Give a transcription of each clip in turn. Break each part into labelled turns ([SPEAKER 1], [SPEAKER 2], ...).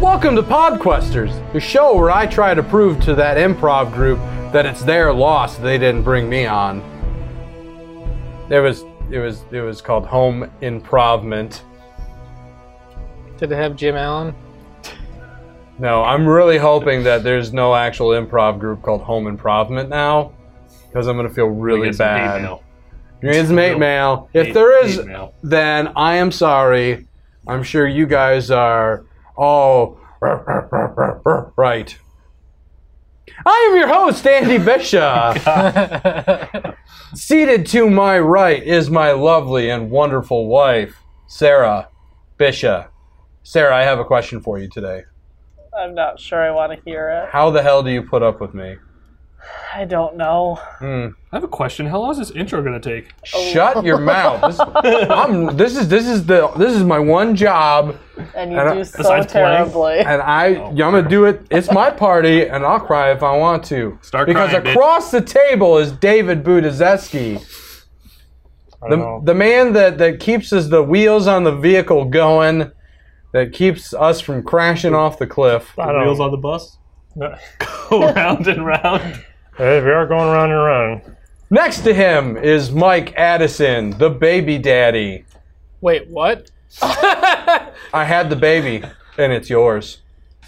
[SPEAKER 1] Welcome to Podquesters, the show where I try to prove to that improv group that it's their loss they didn't bring me on. There was it was it was called home improvement.
[SPEAKER 2] Did it have Jim Allen?
[SPEAKER 1] No, I'm really hoping that there's no actual improv group called Home Improvement now, because I'm gonna feel really
[SPEAKER 3] It's
[SPEAKER 1] bad.
[SPEAKER 3] hate mail.
[SPEAKER 1] You're gonna get some hate mail. If
[SPEAKER 3] Hate-
[SPEAKER 1] there is,
[SPEAKER 3] hate mail.
[SPEAKER 1] then I am sorry. I'm sure you guys are all right. I am your host, Andy Bischoff. Seated to my right is my lovely and wonderful wife, Sarah Bisha. Sarah, I have a question for you today.
[SPEAKER 4] I'm not sure I want to hear it.
[SPEAKER 1] How the hell do you put up with me?
[SPEAKER 4] I don't know.
[SPEAKER 1] Hmm.
[SPEAKER 3] I have a question. How long is this intro gonna take?
[SPEAKER 1] Shut your mouth. This, I'm, this is this is the this is my one job,
[SPEAKER 4] And you
[SPEAKER 1] I don't-
[SPEAKER 4] do so
[SPEAKER 3] Besides playing?
[SPEAKER 4] terribly.
[SPEAKER 1] and I
[SPEAKER 3] Oh,
[SPEAKER 1] I'm gonna do it. It's my party, and I'll cry if I want to.
[SPEAKER 3] Start
[SPEAKER 1] because
[SPEAKER 3] crying, bitch.
[SPEAKER 1] across the table is David Budizeski, the the man that that keeps us the wheels on the vehicle going, that keeps us from crashing off the cliff.
[SPEAKER 5] I don't.
[SPEAKER 3] Wheels on the bus. Go round and round.
[SPEAKER 5] Hey, we are going round and round.
[SPEAKER 1] Next to him is Mike Addison, the baby daddy.
[SPEAKER 2] Wait, what?
[SPEAKER 1] I had the baby, and it's yours.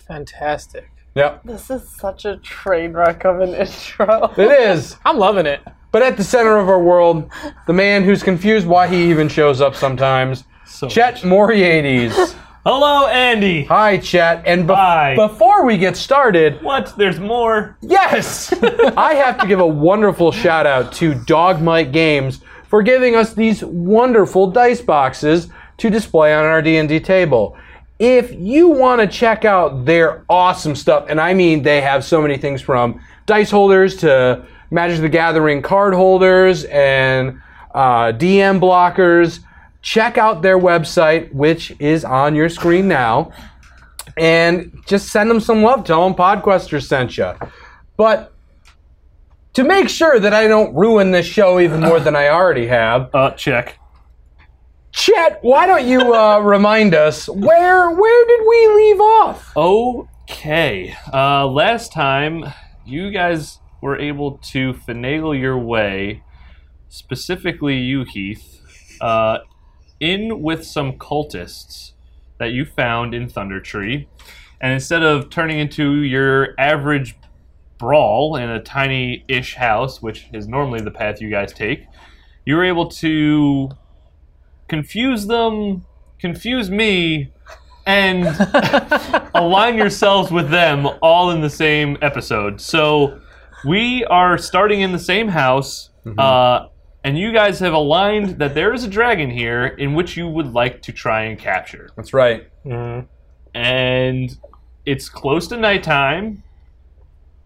[SPEAKER 2] Fantastic.
[SPEAKER 1] Yep,
[SPEAKER 4] This is such a train wreck of an intro.
[SPEAKER 1] it is.
[SPEAKER 2] I'm loving it.
[SPEAKER 1] But at the center of our world, the man who's confused why he even shows up sometimes,
[SPEAKER 3] So-
[SPEAKER 1] Chet Moriades.
[SPEAKER 3] Hello, Andy.
[SPEAKER 1] Hi, Chet. And bef-
[SPEAKER 3] Hi.
[SPEAKER 1] before we get started,
[SPEAKER 3] What? There's more.
[SPEAKER 1] yes, I have to give a wonderful shout out to Dog Mike Games for giving us these wonderful dice boxes to display on our D&D table. If you want to check out their awesome stuff, and I mean they have so many things from dice holders to Magic the Gathering card holders and uh, DM blockers, check out their website, which is on your screen now, and just send them some love. Tell them Podquester sent you. But to make sure that I don't ruin this show even more than I already have,
[SPEAKER 3] Uh, check.
[SPEAKER 1] Chet, why don't you uh, remind us where where did we leave off?
[SPEAKER 3] Okay. Uh, last time you guys were able to finagle your way, specifically you, Heath, uh, in with some cultists that you found in Thunder Tree. And instead of turning into your average brawl in a tiny ish house, which is normally the path you guys take, you were able to confuse them, confuse me, and align yourselves with them all in the same episode. So we are starting in the same house, uh, and you guys have aligned that there is a dragon here in which you would like to try and capture.
[SPEAKER 1] That's right.
[SPEAKER 5] Mm.
[SPEAKER 3] And it's close to nighttime,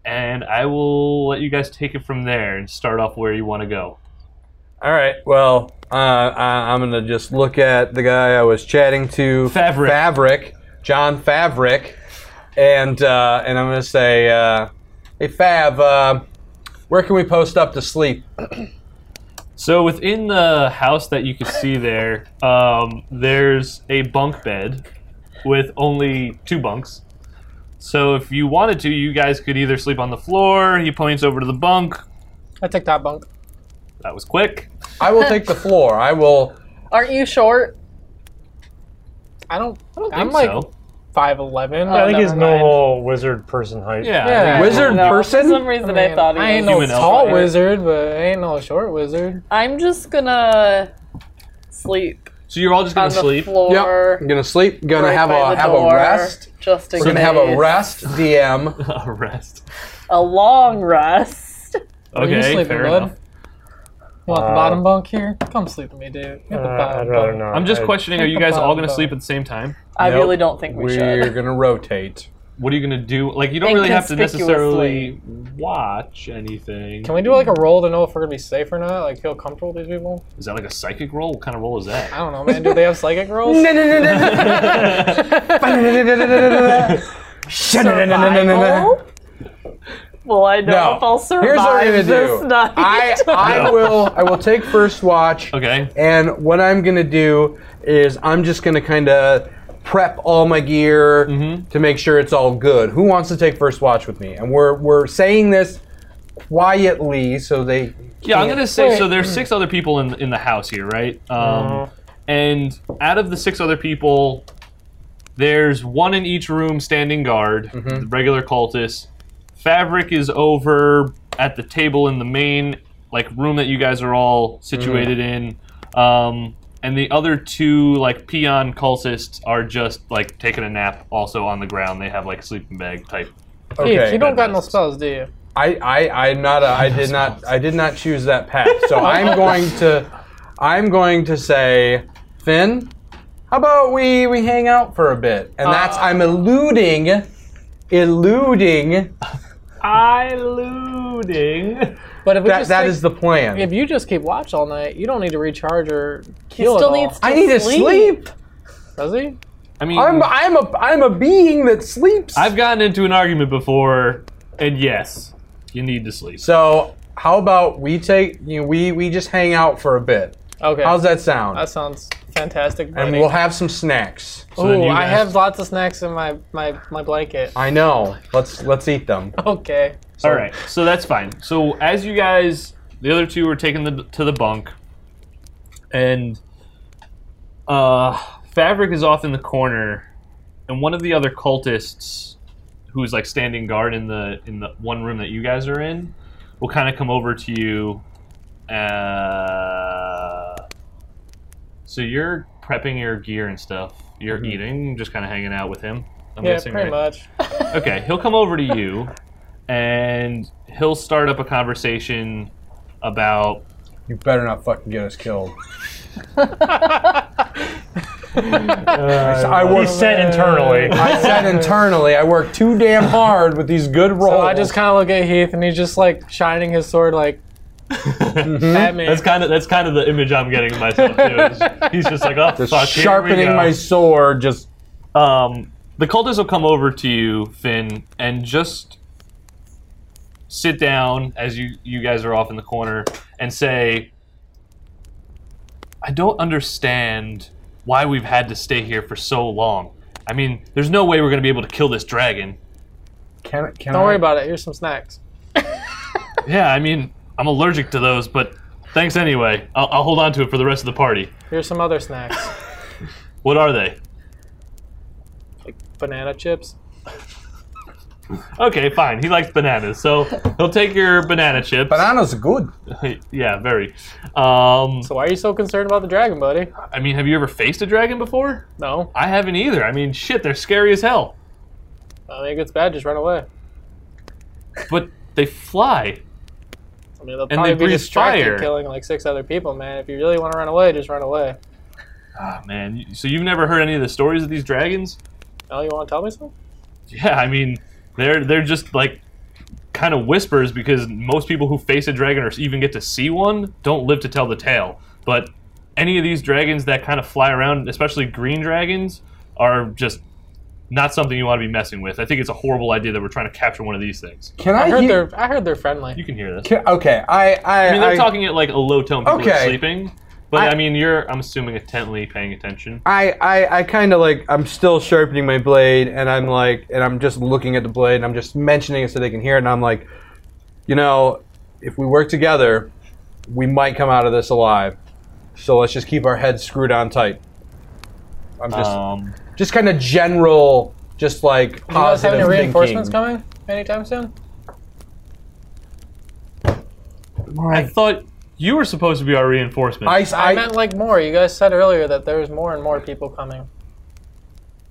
[SPEAKER 3] and I will let you guys take it from there and start off where you want to go.
[SPEAKER 1] All right. Well, uh, I, I'm gonna just look at the guy I was chatting to,
[SPEAKER 3] Favreau.
[SPEAKER 1] Favreau, John Favrick, and uh, and I'm gonna say, uh, hey Fav, uh, where can we post up to sleep?
[SPEAKER 3] So within the house that you can see there, um, there's a bunk bed with only two bunks. So if you wanted to, you guys could either sleep on the floor. He points over to the bunk.
[SPEAKER 2] I take that bunk.
[SPEAKER 3] That was quick.
[SPEAKER 1] I will take the floor. I will.
[SPEAKER 4] Aren't you short?
[SPEAKER 2] I don't. I
[SPEAKER 3] I
[SPEAKER 2] am
[SPEAKER 3] think
[SPEAKER 2] like
[SPEAKER 3] so.
[SPEAKER 2] five eleven.
[SPEAKER 4] Oh,
[SPEAKER 5] I think
[SPEAKER 4] never
[SPEAKER 5] he's
[SPEAKER 4] mind.
[SPEAKER 5] normal wizard person height.
[SPEAKER 3] yeah,
[SPEAKER 2] yeah.
[SPEAKER 3] I think-
[SPEAKER 1] Wizard
[SPEAKER 4] No,
[SPEAKER 1] person?
[SPEAKER 4] For some reason, I, thought he
[SPEAKER 2] I ain't
[SPEAKER 4] was.
[SPEAKER 2] no
[SPEAKER 3] Human elf,
[SPEAKER 2] tall
[SPEAKER 3] right?
[SPEAKER 2] wizard, but I ain't no short wizard.
[SPEAKER 4] I'm just gonna sleep
[SPEAKER 3] So you're all just
[SPEAKER 4] on
[SPEAKER 3] gonna
[SPEAKER 4] the
[SPEAKER 3] sleep.
[SPEAKER 4] floor.
[SPEAKER 1] I'm gonna sleep. Gonna
[SPEAKER 4] right
[SPEAKER 1] have
[SPEAKER 4] by
[SPEAKER 1] a
[SPEAKER 4] the
[SPEAKER 1] have
[SPEAKER 4] door,
[SPEAKER 1] a rest.
[SPEAKER 4] Just in
[SPEAKER 1] We're gonna have a
[SPEAKER 4] case.
[SPEAKER 1] rest DM.
[SPEAKER 3] Rest.
[SPEAKER 4] A long rest.
[SPEAKER 2] Are you
[SPEAKER 3] Okay,
[SPEAKER 2] sleeping,
[SPEAKER 3] fair
[SPEAKER 2] bud?
[SPEAKER 3] enough.
[SPEAKER 2] You want the
[SPEAKER 5] Uh,
[SPEAKER 2] bottom bunk here? Come sleep with me, dude. You got
[SPEAKER 5] Uh,
[SPEAKER 2] the bottom
[SPEAKER 5] I'd rather
[SPEAKER 2] bunk.
[SPEAKER 5] not.
[SPEAKER 3] I'm just
[SPEAKER 5] I-
[SPEAKER 3] questioning: Are you guys all gonna sleep at the same time?
[SPEAKER 4] I
[SPEAKER 1] Nope.
[SPEAKER 4] really don't think we
[SPEAKER 1] We're
[SPEAKER 4] should.
[SPEAKER 1] gonna rotate.
[SPEAKER 3] What are you gonna do? Like you don't really have to necessarily
[SPEAKER 4] Inconspicuously.
[SPEAKER 3] watch anything.
[SPEAKER 2] Can we do like a roll to know if we're gonna be safe or not? Like feel comfortable with these people?
[SPEAKER 3] Is that like a psychic roll? What kind of roll is
[SPEAKER 2] I
[SPEAKER 3] that?
[SPEAKER 2] don't know, man. Do they have psychic rolls?
[SPEAKER 4] Survival? Well, I know
[SPEAKER 1] No.
[SPEAKER 4] if I'll survive
[SPEAKER 1] Here's what I'm gonna
[SPEAKER 4] this
[SPEAKER 1] do.
[SPEAKER 4] night.
[SPEAKER 1] I I
[SPEAKER 3] No.
[SPEAKER 1] will I will take first watch.
[SPEAKER 3] okay.
[SPEAKER 1] And what I'm gonna do is I'm just gonna kind of prep all my gear
[SPEAKER 3] Mm-hmm.
[SPEAKER 1] to make sure it's all good. Who wants to take first watch with me? And we're we're saying this quietly so they
[SPEAKER 3] Yeah, I'm gonna say so. There's six other people in in the house here, right? Um, And out of the six other people, there's one in each room standing guard, the regular cultists. Fabric is over at the table in the main like room that you guys are all situated in, um, and the other two like peon cultists are just like taking a nap, also on the ground. They have like sleeping bag type.
[SPEAKER 2] Keith, you don't
[SPEAKER 3] bad
[SPEAKER 2] got no spells, do you?
[SPEAKER 1] I, I, I'm not. A, I did not. I did not choose that path. So I'm going to, I'm going to say, Finn, how about we we hang out for a bit? And that's
[SPEAKER 2] Uh,
[SPEAKER 1] I'm eluding, eluding.
[SPEAKER 3] Eluding.
[SPEAKER 2] But if we
[SPEAKER 1] That
[SPEAKER 2] just
[SPEAKER 1] that
[SPEAKER 2] take-
[SPEAKER 1] is the plan.
[SPEAKER 2] if you just keep watch all night, you don't need to recharge or heal
[SPEAKER 4] still
[SPEAKER 2] at all.
[SPEAKER 4] needs-
[SPEAKER 1] I need to sleep.
[SPEAKER 2] Does he?
[SPEAKER 3] I mean,
[SPEAKER 1] I'm I'm a I'm a being that sleeps.
[SPEAKER 3] I've gotten into an argument before, and yes, you need to sleep.
[SPEAKER 1] so how about we take you know, we we just hang out for a bit?
[SPEAKER 2] Okay.
[SPEAKER 1] How's that sound?
[SPEAKER 2] That sounds fantastic, buddy.
[SPEAKER 1] and we'll have some snacks.
[SPEAKER 3] So then
[SPEAKER 2] Ooh,
[SPEAKER 3] you
[SPEAKER 2] I
[SPEAKER 3] guys-
[SPEAKER 2] have lots of snacks in my my my blanket.
[SPEAKER 1] I know. Let's let's eat them.
[SPEAKER 2] Okay.
[SPEAKER 3] All right, so that's fine. So as you guys, the other two were taken the, to the bunk, and uh, Fabric is off in the corner, and one of the other cultists, who's like standing guard in the in the one room that you guys are in, will kind of come over to you. Uh, so you're prepping your gear and stuff. You're eating, just kind of hanging out with him. I'm
[SPEAKER 2] Mm-hmm. Yeah,
[SPEAKER 3] guessing,
[SPEAKER 2] pretty
[SPEAKER 3] right?
[SPEAKER 2] much.
[SPEAKER 3] Okay, he'll come over to you, and he'll start up a conversation about.
[SPEAKER 1] You better not fucking get us killed.
[SPEAKER 3] Uh,
[SPEAKER 1] I
[SPEAKER 5] He
[SPEAKER 1] work.
[SPEAKER 5] said internally.
[SPEAKER 1] I said internally, I work too damn hard with these good rolls.
[SPEAKER 2] So I just kind of look at Heath, and he's just like shining his sword, like
[SPEAKER 1] Mm-hmm. Hmm?
[SPEAKER 2] at me.
[SPEAKER 3] That's kind of that's kind of the image I'm getting of myself too. is He's just like, oh, fuck, here we
[SPEAKER 1] sharpening
[SPEAKER 3] go."
[SPEAKER 1] my sword. Just
[SPEAKER 3] Um, the cultists will come over to you, Finn, and just sit down as you you guys are off in the corner and say, "I don't understand why we've had to stay here for so long. I mean, there's no way we're going to be able to kill this dragon.
[SPEAKER 1] can, can
[SPEAKER 2] Don't
[SPEAKER 1] I,
[SPEAKER 2] worry about it. Here's some snacks.
[SPEAKER 3] Yeah, I mean, I'm allergic to those, but thanks anyway. I'll, I'll hold on to it for the rest of the party.
[SPEAKER 2] Here's some other snacks.
[SPEAKER 3] What are they?
[SPEAKER 2] Banana chips.
[SPEAKER 3] Okay, fine. He likes bananas, so he'll take your banana chips.
[SPEAKER 1] Bananas are good.
[SPEAKER 3] yeah, very. Um,
[SPEAKER 2] So why are you so concerned about the dragon, buddy?
[SPEAKER 3] I mean, have you ever faced a dragon before?
[SPEAKER 2] No.
[SPEAKER 3] I haven't either. I mean, shit, they're scary as hell.
[SPEAKER 2] I mean, it gets bad. Just run away.
[SPEAKER 3] But they fly.
[SPEAKER 2] I mean, they'll
[SPEAKER 3] they
[SPEAKER 2] probably be
[SPEAKER 3] breathe
[SPEAKER 2] distracted
[SPEAKER 3] fire.
[SPEAKER 2] killing like six other people, man. If you really want to run away, just run away.
[SPEAKER 3] Ah, man. you- So you've never heard any of the stories of these dragons?
[SPEAKER 2] Oh, you want to tell me some?
[SPEAKER 3] Yeah, I mean, they're they're just like kind of whispers because most people who face a dragon or even get to see one don't live to tell the tale. But any of these dragons that kind of fly around, especially green dragons, are just not something you want to be messing with. I think it's a horrible idea that we're trying to capture one of these things.
[SPEAKER 1] Can I,
[SPEAKER 2] I heard
[SPEAKER 1] hear-
[SPEAKER 2] they're I heard they're friendly.
[SPEAKER 3] You can hear this.
[SPEAKER 1] can- okay, I I,
[SPEAKER 3] I mean, they're talking at like a low tone. People
[SPEAKER 1] Okay.
[SPEAKER 3] are sleeping, but
[SPEAKER 1] I-
[SPEAKER 3] I, mean, you're I'm assuming intently paying attention.
[SPEAKER 1] I, I, I kind of like I'm still sharpening my blade, and I'm like, and I'm just looking at the blade, and I'm just mentioning it so they can hear it, and I'm like, you know, if we work together, we might come out of this alive. So let's just keep our heads screwed on tight. I'm just
[SPEAKER 3] Um,
[SPEAKER 1] just kind of general, just like
[SPEAKER 2] You guys have
[SPEAKER 1] positive
[SPEAKER 2] any reinforcements
[SPEAKER 1] thinking.
[SPEAKER 2] coming anytime soon?
[SPEAKER 3] I thought you were supposed to be our reinforcement.
[SPEAKER 1] I,
[SPEAKER 3] I,
[SPEAKER 2] I,
[SPEAKER 1] I,
[SPEAKER 2] meant like more. You guys said earlier that there's more and more people coming.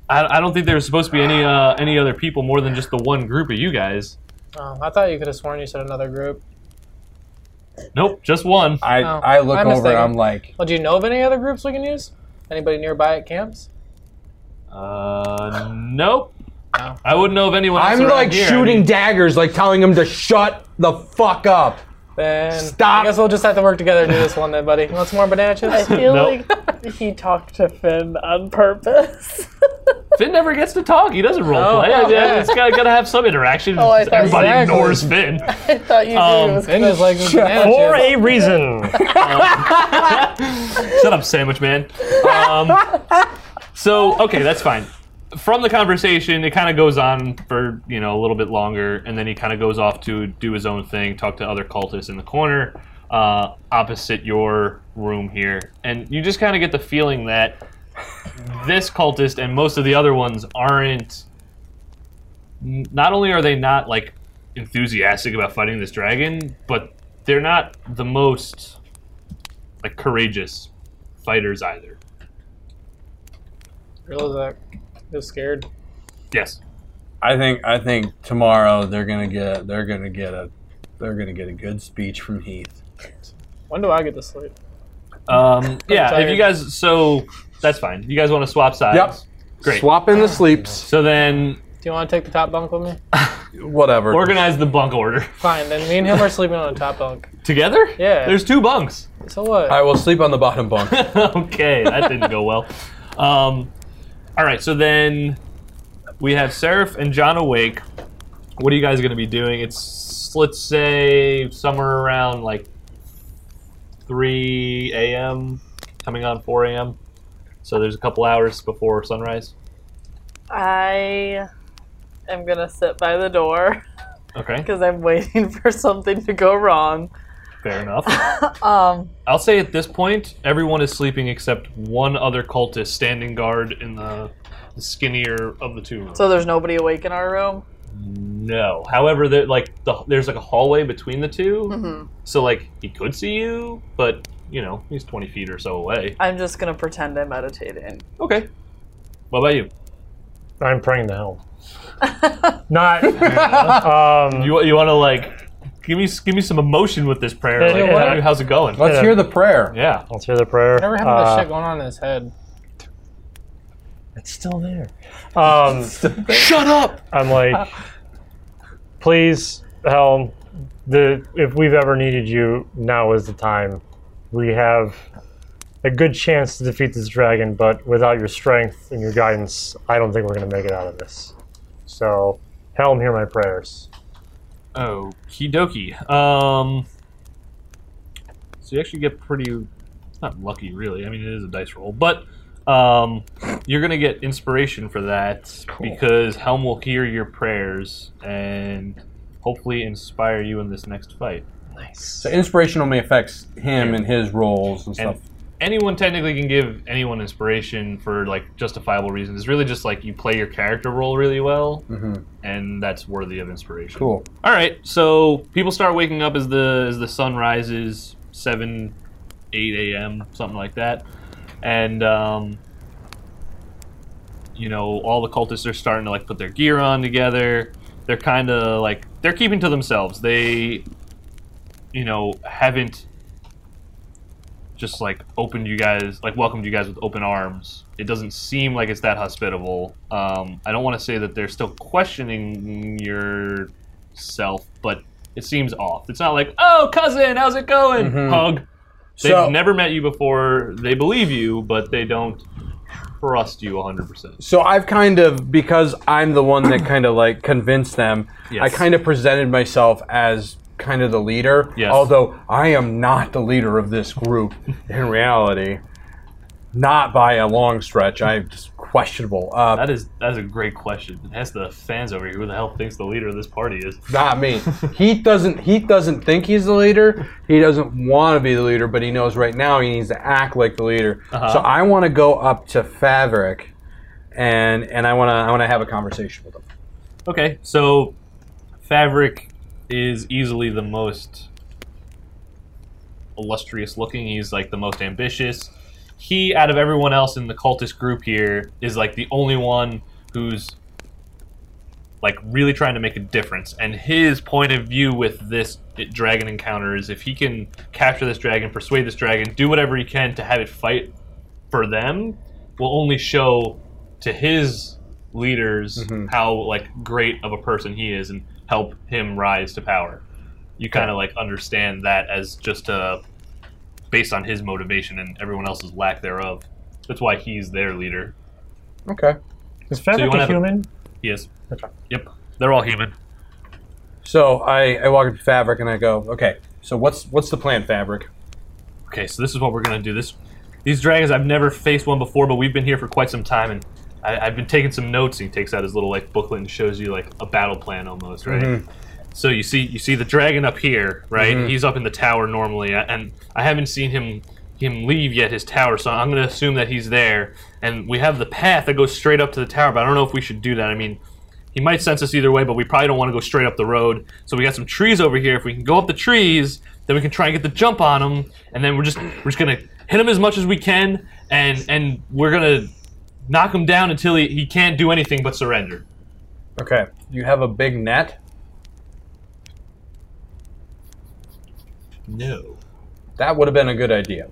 [SPEAKER 3] I, don't think there was supposed to be any uh, any other people more than just the one group of you guys.
[SPEAKER 2] Oh, I thought you could have sworn you said another group.
[SPEAKER 3] Nope, just one.
[SPEAKER 1] I,
[SPEAKER 2] Oh,
[SPEAKER 1] I look
[SPEAKER 2] I'm
[SPEAKER 1] over
[SPEAKER 2] mistaken.
[SPEAKER 1] and I'm like,
[SPEAKER 2] Well, do you know of any other groups we can use? Anybody nearby at camps?
[SPEAKER 3] Uh, nope.
[SPEAKER 2] No.
[SPEAKER 3] I wouldn't know of anyone. Else
[SPEAKER 1] I'm
[SPEAKER 3] around
[SPEAKER 1] like
[SPEAKER 3] here.
[SPEAKER 1] shooting
[SPEAKER 3] I mean,
[SPEAKER 1] daggers, like telling them to shut the fuck up.
[SPEAKER 2] Then
[SPEAKER 1] Stop.
[SPEAKER 2] I guess we'll just have to work together to do this one then, buddy. You Want some more banana
[SPEAKER 4] I
[SPEAKER 2] chips?
[SPEAKER 4] feel
[SPEAKER 3] Nope.
[SPEAKER 4] like he talked to Finn on purpose.
[SPEAKER 3] Finn never gets to talk. He doesn't role play.
[SPEAKER 2] oh,
[SPEAKER 3] yeah,
[SPEAKER 2] yeah. Oh,
[SPEAKER 3] It's got, got to have some interaction.
[SPEAKER 4] I thought
[SPEAKER 3] Everybody
[SPEAKER 2] exactly.
[SPEAKER 3] ignores Finn.
[SPEAKER 4] I thought you knew
[SPEAKER 3] Um,
[SPEAKER 4] it was
[SPEAKER 2] Finn is like banana
[SPEAKER 5] For
[SPEAKER 2] chips.
[SPEAKER 5] a reason.
[SPEAKER 3] Shut up, sandwich man. Um, so okay, that's fine. from the conversation, it kind of goes on for you know a little bit longer, and then he kind of goes off to do his own thing, talk to other cultists in the corner uh, opposite your room here, and you just kind of get the feeling that this cultist and most of the other ones aren't. n- Not only are they not like enthusiastic about fighting this dragon, but they're not the most like courageous fighters either.
[SPEAKER 2] Realize that. They're scared.
[SPEAKER 3] Yes.
[SPEAKER 6] I think I think tomorrow they're gonna get they're gonna get a they're gonna get a good speech from Heath.
[SPEAKER 2] When do I get to sleep?
[SPEAKER 3] Um, yeah, if
[SPEAKER 2] tired.
[SPEAKER 3] you guys, so that's fine. You guys want to swap sides?
[SPEAKER 1] Yep.
[SPEAKER 3] Great.
[SPEAKER 1] Swap in the sleeps.
[SPEAKER 3] So then
[SPEAKER 2] Do you want to take the top bunk with me?
[SPEAKER 1] Whatever.
[SPEAKER 3] organize the bunk order
[SPEAKER 2] Fine, then me and him are sleeping on the top bunk.
[SPEAKER 3] together.
[SPEAKER 2] Yeah.
[SPEAKER 3] There's two bunks.
[SPEAKER 2] So what?
[SPEAKER 1] I will sleep on the bottom bunk.
[SPEAKER 3] okay, that didn't go well. Um, all right, so then we have Seraph and John awake. What are you guys going to be doing? It's let's say somewhere around like 3 a.m. coming on 4 a.m. So there's a couple hours before sunrise.
[SPEAKER 4] I am gonna sit by the door
[SPEAKER 3] Okay,
[SPEAKER 4] because I'm waiting for something to go wrong.
[SPEAKER 3] fair enough.
[SPEAKER 4] Um,
[SPEAKER 3] I'll say at this point, everyone is sleeping except one other cultist standing guard in the the skinnier of the two rooms.
[SPEAKER 4] so there's nobody awake in our room.
[SPEAKER 3] no. However, there like the, there's like a hallway between the 2
[SPEAKER 4] Mhm.
[SPEAKER 3] so like he could see you, but you know he's twenty feet or so away.
[SPEAKER 4] I'm just gonna pretend I'm meditating.
[SPEAKER 3] Okay. What about you?
[SPEAKER 5] I'm praying to hell. Not. Um,
[SPEAKER 3] You you want to like give me s- give me some emotion with this prayer?
[SPEAKER 5] Yeah,
[SPEAKER 3] Like,
[SPEAKER 5] you know what?
[SPEAKER 3] how- how's it going?
[SPEAKER 1] Let's
[SPEAKER 5] Yeah.
[SPEAKER 1] hear the prayer.
[SPEAKER 3] Yeah.
[SPEAKER 5] let's hear the prayer.
[SPEAKER 2] Never having
[SPEAKER 5] Uh,
[SPEAKER 2] that shit going on in his head.
[SPEAKER 5] It's still there. Um,
[SPEAKER 3] Shut up.
[SPEAKER 5] I'm like, please, Helm. The if we've ever needed you, now is the time. We have a good chance to defeat this dragon, but without your strength and your guidance, I don't think we're going to make it out of this. So, Helm, hear my prayers.
[SPEAKER 3] Okie dokie. Um, so you actually get pretty, not lucky really. I mean, it is a dice roll, but um, you're gonna get inspiration for that because Helm will hear your prayers and hopefully inspire you in this next fight.
[SPEAKER 1] So inspiration only affects him and his roles and
[SPEAKER 3] And
[SPEAKER 1] stuff.
[SPEAKER 3] anyone technically can give anyone inspiration for like justifiable reasons. It's really just like you play your character role really well,
[SPEAKER 1] Mhm.
[SPEAKER 3] and that's worthy of inspiration.
[SPEAKER 1] Cool.
[SPEAKER 3] All right, so people start waking up as the as the sun rises, seven, eight a.m. something like that, and um, you know all the cultists are starting to like put their gear on together. They're kind of like they're keeping to themselves. They, you know, haven't just like opened you guys like welcomed you guys with open arms. It doesn't seem like it's that hospitable. Um, I don't want to say that they're still questioning your self, but it seems off. It's not like, oh, cousin, how's it going?
[SPEAKER 1] Mhm.
[SPEAKER 3] Hug. They've
[SPEAKER 1] So-
[SPEAKER 3] never met you before. They believe you, but they don't trust you 100%.
[SPEAKER 1] So I've kind of because I'm the one that kind of like convinced them.
[SPEAKER 3] Yes.
[SPEAKER 1] I kind of presented myself as kind of the leader,
[SPEAKER 3] Yes.
[SPEAKER 1] although I am not the leader of this group in reality. Not by a long stretch. I'm just questionable. Uh,
[SPEAKER 3] That is that is a great question. That's the fans over here. Who the hell thinks the leader of this party is?
[SPEAKER 1] not me. He doesn't. He doesn't think he's the leader. He doesn't want to be the leader, but he knows right now he needs to act like the leader.
[SPEAKER 3] Uh-huh.
[SPEAKER 1] So I want to go up to Fabric, and and I want to I want to have a conversation with him.
[SPEAKER 3] Okay, so Fabric is easily the most illustrious looking. He's like the most ambitious. He, out of everyone else in the cultist group here, is like the only one who's like really trying to make a difference. And his point of view with this dragon encounter is if he can capture this dragon, persuade this dragon, do whatever he can to have it fight for them, will only show to his leaders how like great of a person he is and help him rise to power. You kind of like understand that as just uh based on his motivation and everyone else's lack thereof. That's why he's their leader.
[SPEAKER 1] Okay.
[SPEAKER 5] Is
[SPEAKER 3] you
[SPEAKER 5] Fabric
[SPEAKER 3] wanna
[SPEAKER 5] a
[SPEAKER 3] have a-
[SPEAKER 5] human?
[SPEAKER 3] He is. Yep. They're all human.
[SPEAKER 1] So I, I walk up to Fabric and I go, okay. So what's what's the plan, Fabric?
[SPEAKER 3] Okay, so this is what we're gonna do. This, these dragons, I've never faced one before, but we've been here for quite some time, and I, I've been taking some notes. And he takes out his little like booklet and shows you like a battle plan almost, right? So you see, you see the dragon up here, right? He's up in the tower normally, a- and I haven't seen him him leave yet his tower. So I'm going to assume that he's there, and we have the path that goes straight up to the tower. But I don't know if we should do that. I mean, he might sense us either way, but we probably don't want to go straight up the road. So we got some trees over here. If we can go up the trees, then we can try and get the jump on him, and then we're just we're just gonna hit him as much as we can, and and we're gonna knock him down until he, he can't do anything but surrender.
[SPEAKER 1] Okay. You have a big net.
[SPEAKER 3] No.
[SPEAKER 1] That would have been a good idea.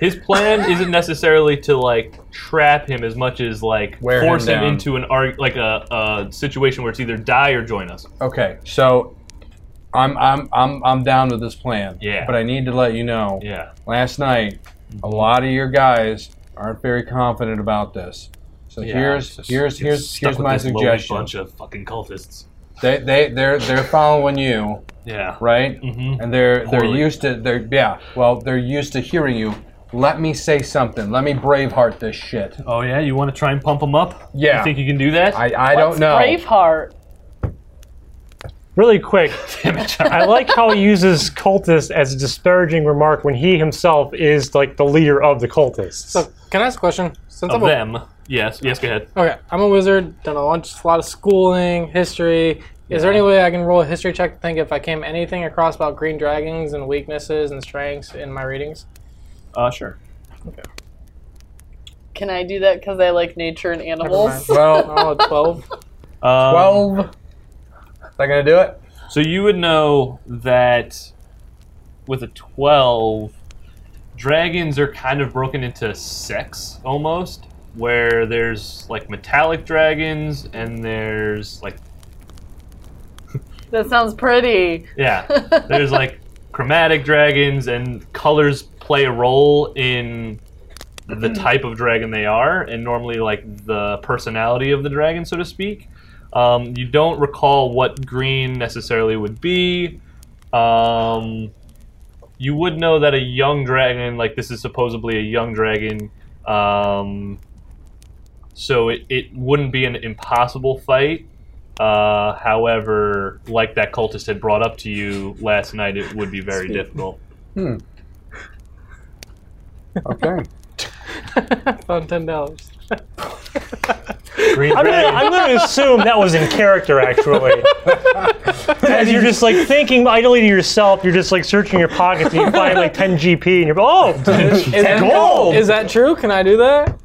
[SPEAKER 3] His plan isn't necessarily to like trap him as much as like
[SPEAKER 1] Wear him
[SPEAKER 3] force him,
[SPEAKER 1] down.
[SPEAKER 3] into an arg- like a, a situation where it's either die or join us.
[SPEAKER 1] Okay. So I'm I'm I'm I'm down with this plan.
[SPEAKER 3] Yeah.
[SPEAKER 1] But I need to let you know.
[SPEAKER 3] Yeah. Mm-hmm.
[SPEAKER 1] Last night, a lot of your guys aren't very confident about this. So
[SPEAKER 3] Yeah,
[SPEAKER 1] here's
[SPEAKER 3] it's just-
[SPEAKER 1] here's
[SPEAKER 3] it's
[SPEAKER 1] here's
[SPEAKER 3] stuck
[SPEAKER 1] here's
[SPEAKER 3] with
[SPEAKER 1] my
[SPEAKER 3] this loaded
[SPEAKER 1] suggestion.
[SPEAKER 3] Bunch of fucking cultists.
[SPEAKER 1] They they they're they're following you,
[SPEAKER 3] Yeah.
[SPEAKER 1] right?
[SPEAKER 3] Mhm.
[SPEAKER 1] And they're they're
[SPEAKER 3] Poorly.
[SPEAKER 1] used to they're yeah. Well, they're used to hearing you. Let me say something. Let me braveheart this shit.
[SPEAKER 3] Oh yeah, you want to try and pump him up?
[SPEAKER 1] Yeah.
[SPEAKER 3] You think you can do that?
[SPEAKER 1] I I don't know.
[SPEAKER 4] Braveheart.
[SPEAKER 5] Really quick,
[SPEAKER 3] Damn it, John.
[SPEAKER 5] I like how he uses cultist as a disparaging remark when he himself is like the leader of the cultists.
[SPEAKER 2] So, can I ask a question? Since
[SPEAKER 3] of
[SPEAKER 2] I'm a,
[SPEAKER 3] them. Yes. Yes. Go ahead.
[SPEAKER 2] okay, I'm a wizard. Done a bunch, a lot of schooling, history. Is there any way I can roll a history check to think if I came anything across about green dragons and weaknesses and strengths in my readings?
[SPEAKER 3] Uh, sure.
[SPEAKER 4] Can I do that because I like nature and animals?
[SPEAKER 1] Well,
[SPEAKER 2] Oh, 12.
[SPEAKER 3] Um,
[SPEAKER 1] twelve. Is that gonna do it?
[SPEAKER 3] So you would know that with a 12, dragons are kind of broken into sects almost, where there's like metallic dragons and there's like,
[SPEAKER 4] that sounds pretty.
[SPEAKER 3] yeah, there's like chromatic dragons and colors play a role in the type of dragon they are and normally like the personality of the dragon, so to speak. Um, you don't recall what green necessarily would be. Um, you would know that a young dragon, like this is supposedly a young dragon, um, so it, it wouldn't be an impossible fight. Uh, however, like that cultist had brought up to you last night, it would be very difficult.
[SPEAKER 1] Okay.
[SPEAKER 2] Found $10.
[SPEAKER 3] Green
[SPEAKER 5] I'm gonna,
[SPEAKER 3] dragon.
[SPEAKER 5] I'm gonna assume that was in character, actually. As you're just like thinking idly to yourself, you're just like searching your pockets and you find like 10 GP and you're oh,
[SPEAKER 2] Is,
[SPEAKER 5] gold.
[SPEAKER 2] is that true? Can I do that?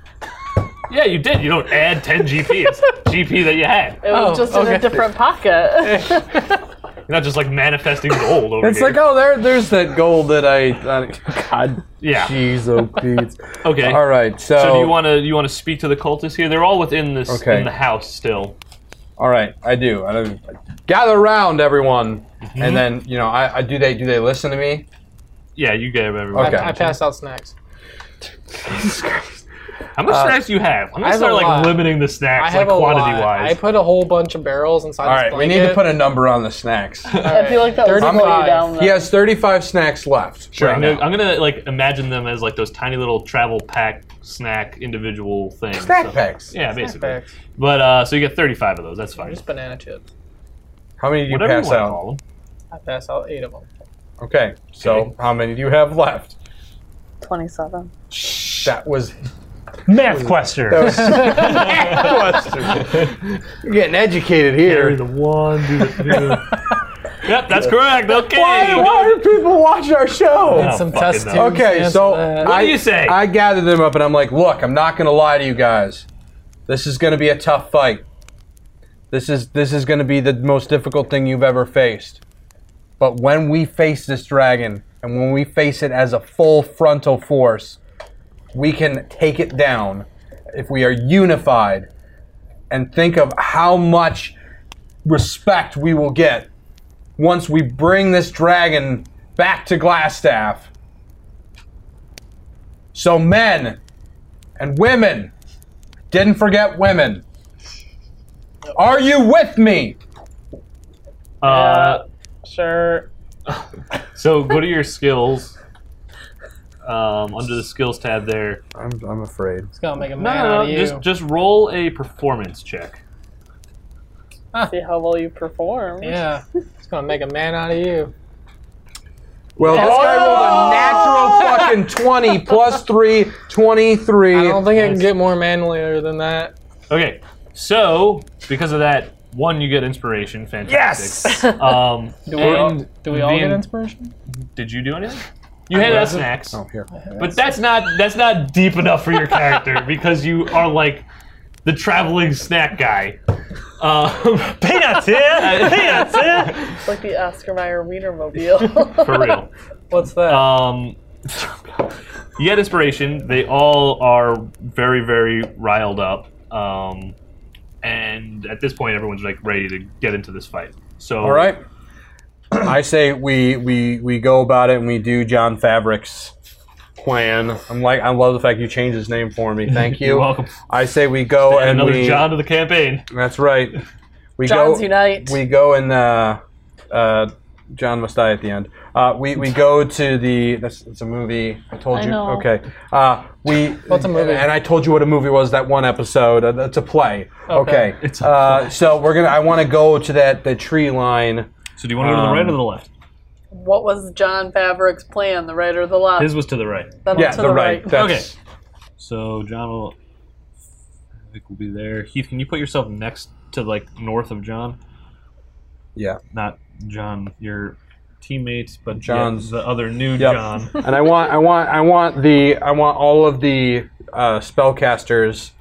[SPEAKER 3] Yeah, you did. You don't add 10 GP. It's GP that you had.
[SPEAKER 4] It was
[SPEAKER 2] Oh,
[SPEAKER 4] just in
[SPEAKER 2] okay.
[SPEAKER 4] a different pocket.
[SPEAKER 3] You're not just like manifesting gold over
[SPEAKER 1] It's
[SPEAKER 3] here.
[SPEAKER 1] like oh there there's that gold that I uh, God
[SPEAKER 3] yeah.
[SPEAKER 1] jeez oh Pete.
[SPEAKER 3] Okay.
[SPEAKER 1] All right. So,
[SPEAKER 3] So do you want to you want to speak to the cultists here? They're all within this
[SPEAKER 1] Okay.
[SPEAKER 3] in the house still.
[SPEAKER 1] All right, I do. I don't, gather around, everyone,
[SPEAKER 3] Mm-hmm.
[SPEAKER 1] and then you know, I, I do they do they listen to me?
[SPEAKER 3] Yeah, you gave everyone.
[SPEAKER 1] Okay.
[SPEAKER 2] I passed out snacks.
[SPEAKER 3] How
[SPEAKER 1] Uh,
[SPEAKER 3] much snacks do you have? I'm
[SPEAKER 2] I
[SPEAKER 3] gonna
[SPEAKER 2] have
[SPEAKER 3] start
[SPEAKER 2] a
[SPEAKER 3] like
[SPEAKER 2] lot.
[SPEAKER 3] limiting the snacks
[SPEAKER 2] I have
[SPEAKER 3] like
[SPEAKER 2] a lot. I
[SPEAKER 3] quantity wise.
[SPEAKER 2] put a whole bunch of barrels inside
[SPEAKER 1] All
[SPEAKER 2] this
[SPEAKER 1] right, we
[SPEAKER 2] blanket.
[SPEAKER 1] need to put a number on the snacks.
[SPEAKER 4] I feel like that would slow you
[SPEAKER 2] 35.
[SPEAKER 4] down. Though.
[SPEAKER 1] he has 35 snacks left.
[SPEAKER 3] Sure. I'm
[SPEAKER 1] right
[SPEAKER 3] gonna,
[SPEAKER 1] now.
[SPEAKER 3] I'm gonna like imagine them as like those tiny little travel pack snack individual things.
[SPEAKER 1] Snack
[SPEAKER 3] So-
[SPEAKER 1] packs.
[SPEAKER 3] Yeah, basically.
[SPEAKER 2] Backpacks.
[SPEAKER 3] But uh, so you get 35 of those. That's fine.
[SPEAKER 2] Just banana chips.
[SPEAKER 1] How many do you
[SPEAKER 3] Whatever you
[SPEAKER 1] pass
[SPEAKER 3] want to
[SPEAKER 1] out?
[SPEAKER 3] call them.
[SPEAKER 2] I passed out eight of them.
[SPEAKER 1] Okay, so
[SPEAKER 3] Okay.
[SPEAKER 1] how many do you have left?
[SPEAKER 4] Twenty-seven.
[SPEAKER 1] That was
[SPEAKER 5] math quester.
[SPEAKER 7] You're getting educated here.
[SPEAKER 5] the one, do the two.
[SPEAKER 3] Yep, that's correct. Okay. Uh,
[SPEAKER 1] why, why do people watch our show?
[SPEAKER 3] Oh,
[SPEAKER 2] Some
[SPEAKER 3] fucking
[SPEAKER 2] test
[SPEAKER 3] no.
[SPEAKER 2] tubes,
[SPEAKER 1] Okay,
[SPEAKER 2] this,
[SPEAKER 1] so
[SPEAKER 2] that.
[SPEAKER 1] I,
[SPEAKER 3] do you say?
[SPEAKER 1] I gathered them up and I'm like, look, I'm not gonna lie to you guys. This is gonna be a tough fight. This is this is gonna be the most difficult thing you've ever faced. But when we face this dragon and when we face it as a full frontal force, we can take it down if we are unified and think of how much respect we will get once we bring this dragon back to Glassstaff. So men and women didn't forget women. Are you with me?
[SPEAKER 3] Uh,
[SPEAKER 4] Sure.
[SPEAKER 3] so go to your skills. um, under the skills tab there.
[SPEAKER 6] I'm, I'm afraid.
[SPEAKER 2] It's gonna make a
[SPEAKER 3] No,
[SPEAKER 2] man
[SPEAKER 3] no,
[SPEAKER 2] out of
[SPEAKER 3] no.
[SPEAKER 2] you.
[SPEAKER 3] Just, just roll a performance check.
[SPEAKER 4] See how well you perform.
[SPEAKER 2] yeah, it's gonna make a man out of you.
[SPEAKER 6] Well, this guy rolled a natural fucking 20 plus 3, 23.
[SPEAKER 2] I don't think it can get more manlier than that.
[SPEAKER 3] Okay, so because of that, one, you get inspiration. Fantastic.
[SPEAKER 6] yes!
[SPEAKER 3] Um,
[SPEAKER 2] Do we all,
[SPEAKER 3] And
[SPEAKER 2] do we all get
[SPEAKER 3] being-
[SPEAKER 2] inspiration?
[SPEAKER 3] did you do anything? You had us snacks,
[SPEAKER 6] Oh, here.
[SPEAKER 3] but that's not that's not deep enough for your character because you are like the traveling snack guy. Um,
[SPEAKER 5] Peanuts, yeah? Peanuts, yeah?
[SPEAKER 4] It's like the Oscar Mayer Wienermobile.
[SPEAKER 3] for real.
[SPEAKER 2] What's that?
[SPEAKER 3] Um, you get inspiration. They all are very, very riled up. Um, and at this point, everyone's like ready to get into this fight. So,
[SPEAKER 6] All right. I say we, we we go about it and we do John Fabric's plan. I'm like I love the fact you changed his name for me. Thank you.
[SPEAKER 3] You're welcome.
[SPEAKER 6] I say we go
[SPEAKER 3] And
[SPEAKER 6] and
[SPEAKER 3] another
[SPEAKER 6] we,
[SPEAKER 3] John to the campaign.
[SPEAKER 6] That's right. We
[SPEAKER 4] Johns
[SPEAKER 6] go
[SPEAKER 4] Unite.
[SPEAKER 6] we go and uh, uh, John must die at the end. Uh, we we go to the that's it's a movie. I told
[SPEAKER 4] I
[SPEAKER 6] you.
[SPEAKER 4] know.
[SPEAKER 6] Okay. Uh, we
[SPEAKER 2] What's a movie?
[SPEAKER 6] And I told you what a movie was that one episode. Uh, It's a play. Okay.
[SPEAKER 3] It's a
[SPEAKER 6] uh, so we're gonna. I want to go to that the tree line.
[SPEAKER 3] So, do you want to go to the right or
[SPEAKER 6] Um,
[SPEAKER 3] the left?
[SPEAKER 4] what was John Fabric's plan? The right or the left?
[SPEAKER 3] His was to the right.
[SPEAKER 4] Then
[SPEAKER 6] Yeah,
[SPEAKER 4] to
[SPEAKER 6] the, right. That's,
[SPEAKER 3] So, John will. I think will be there. Heath, can you put yourself next to like north of John?
[SPEAKER 6] Yeah.
[SPEAKER 3] Not John, your teammates, but yet
[SPEAKER 6] John's-
[SPEAKER 3] the other new
[SPEAKER 6] Yep.
[SPEAKER 3] John.
[SPEAKER 6] and I want I want I want the I want all of the uh, spellcasters.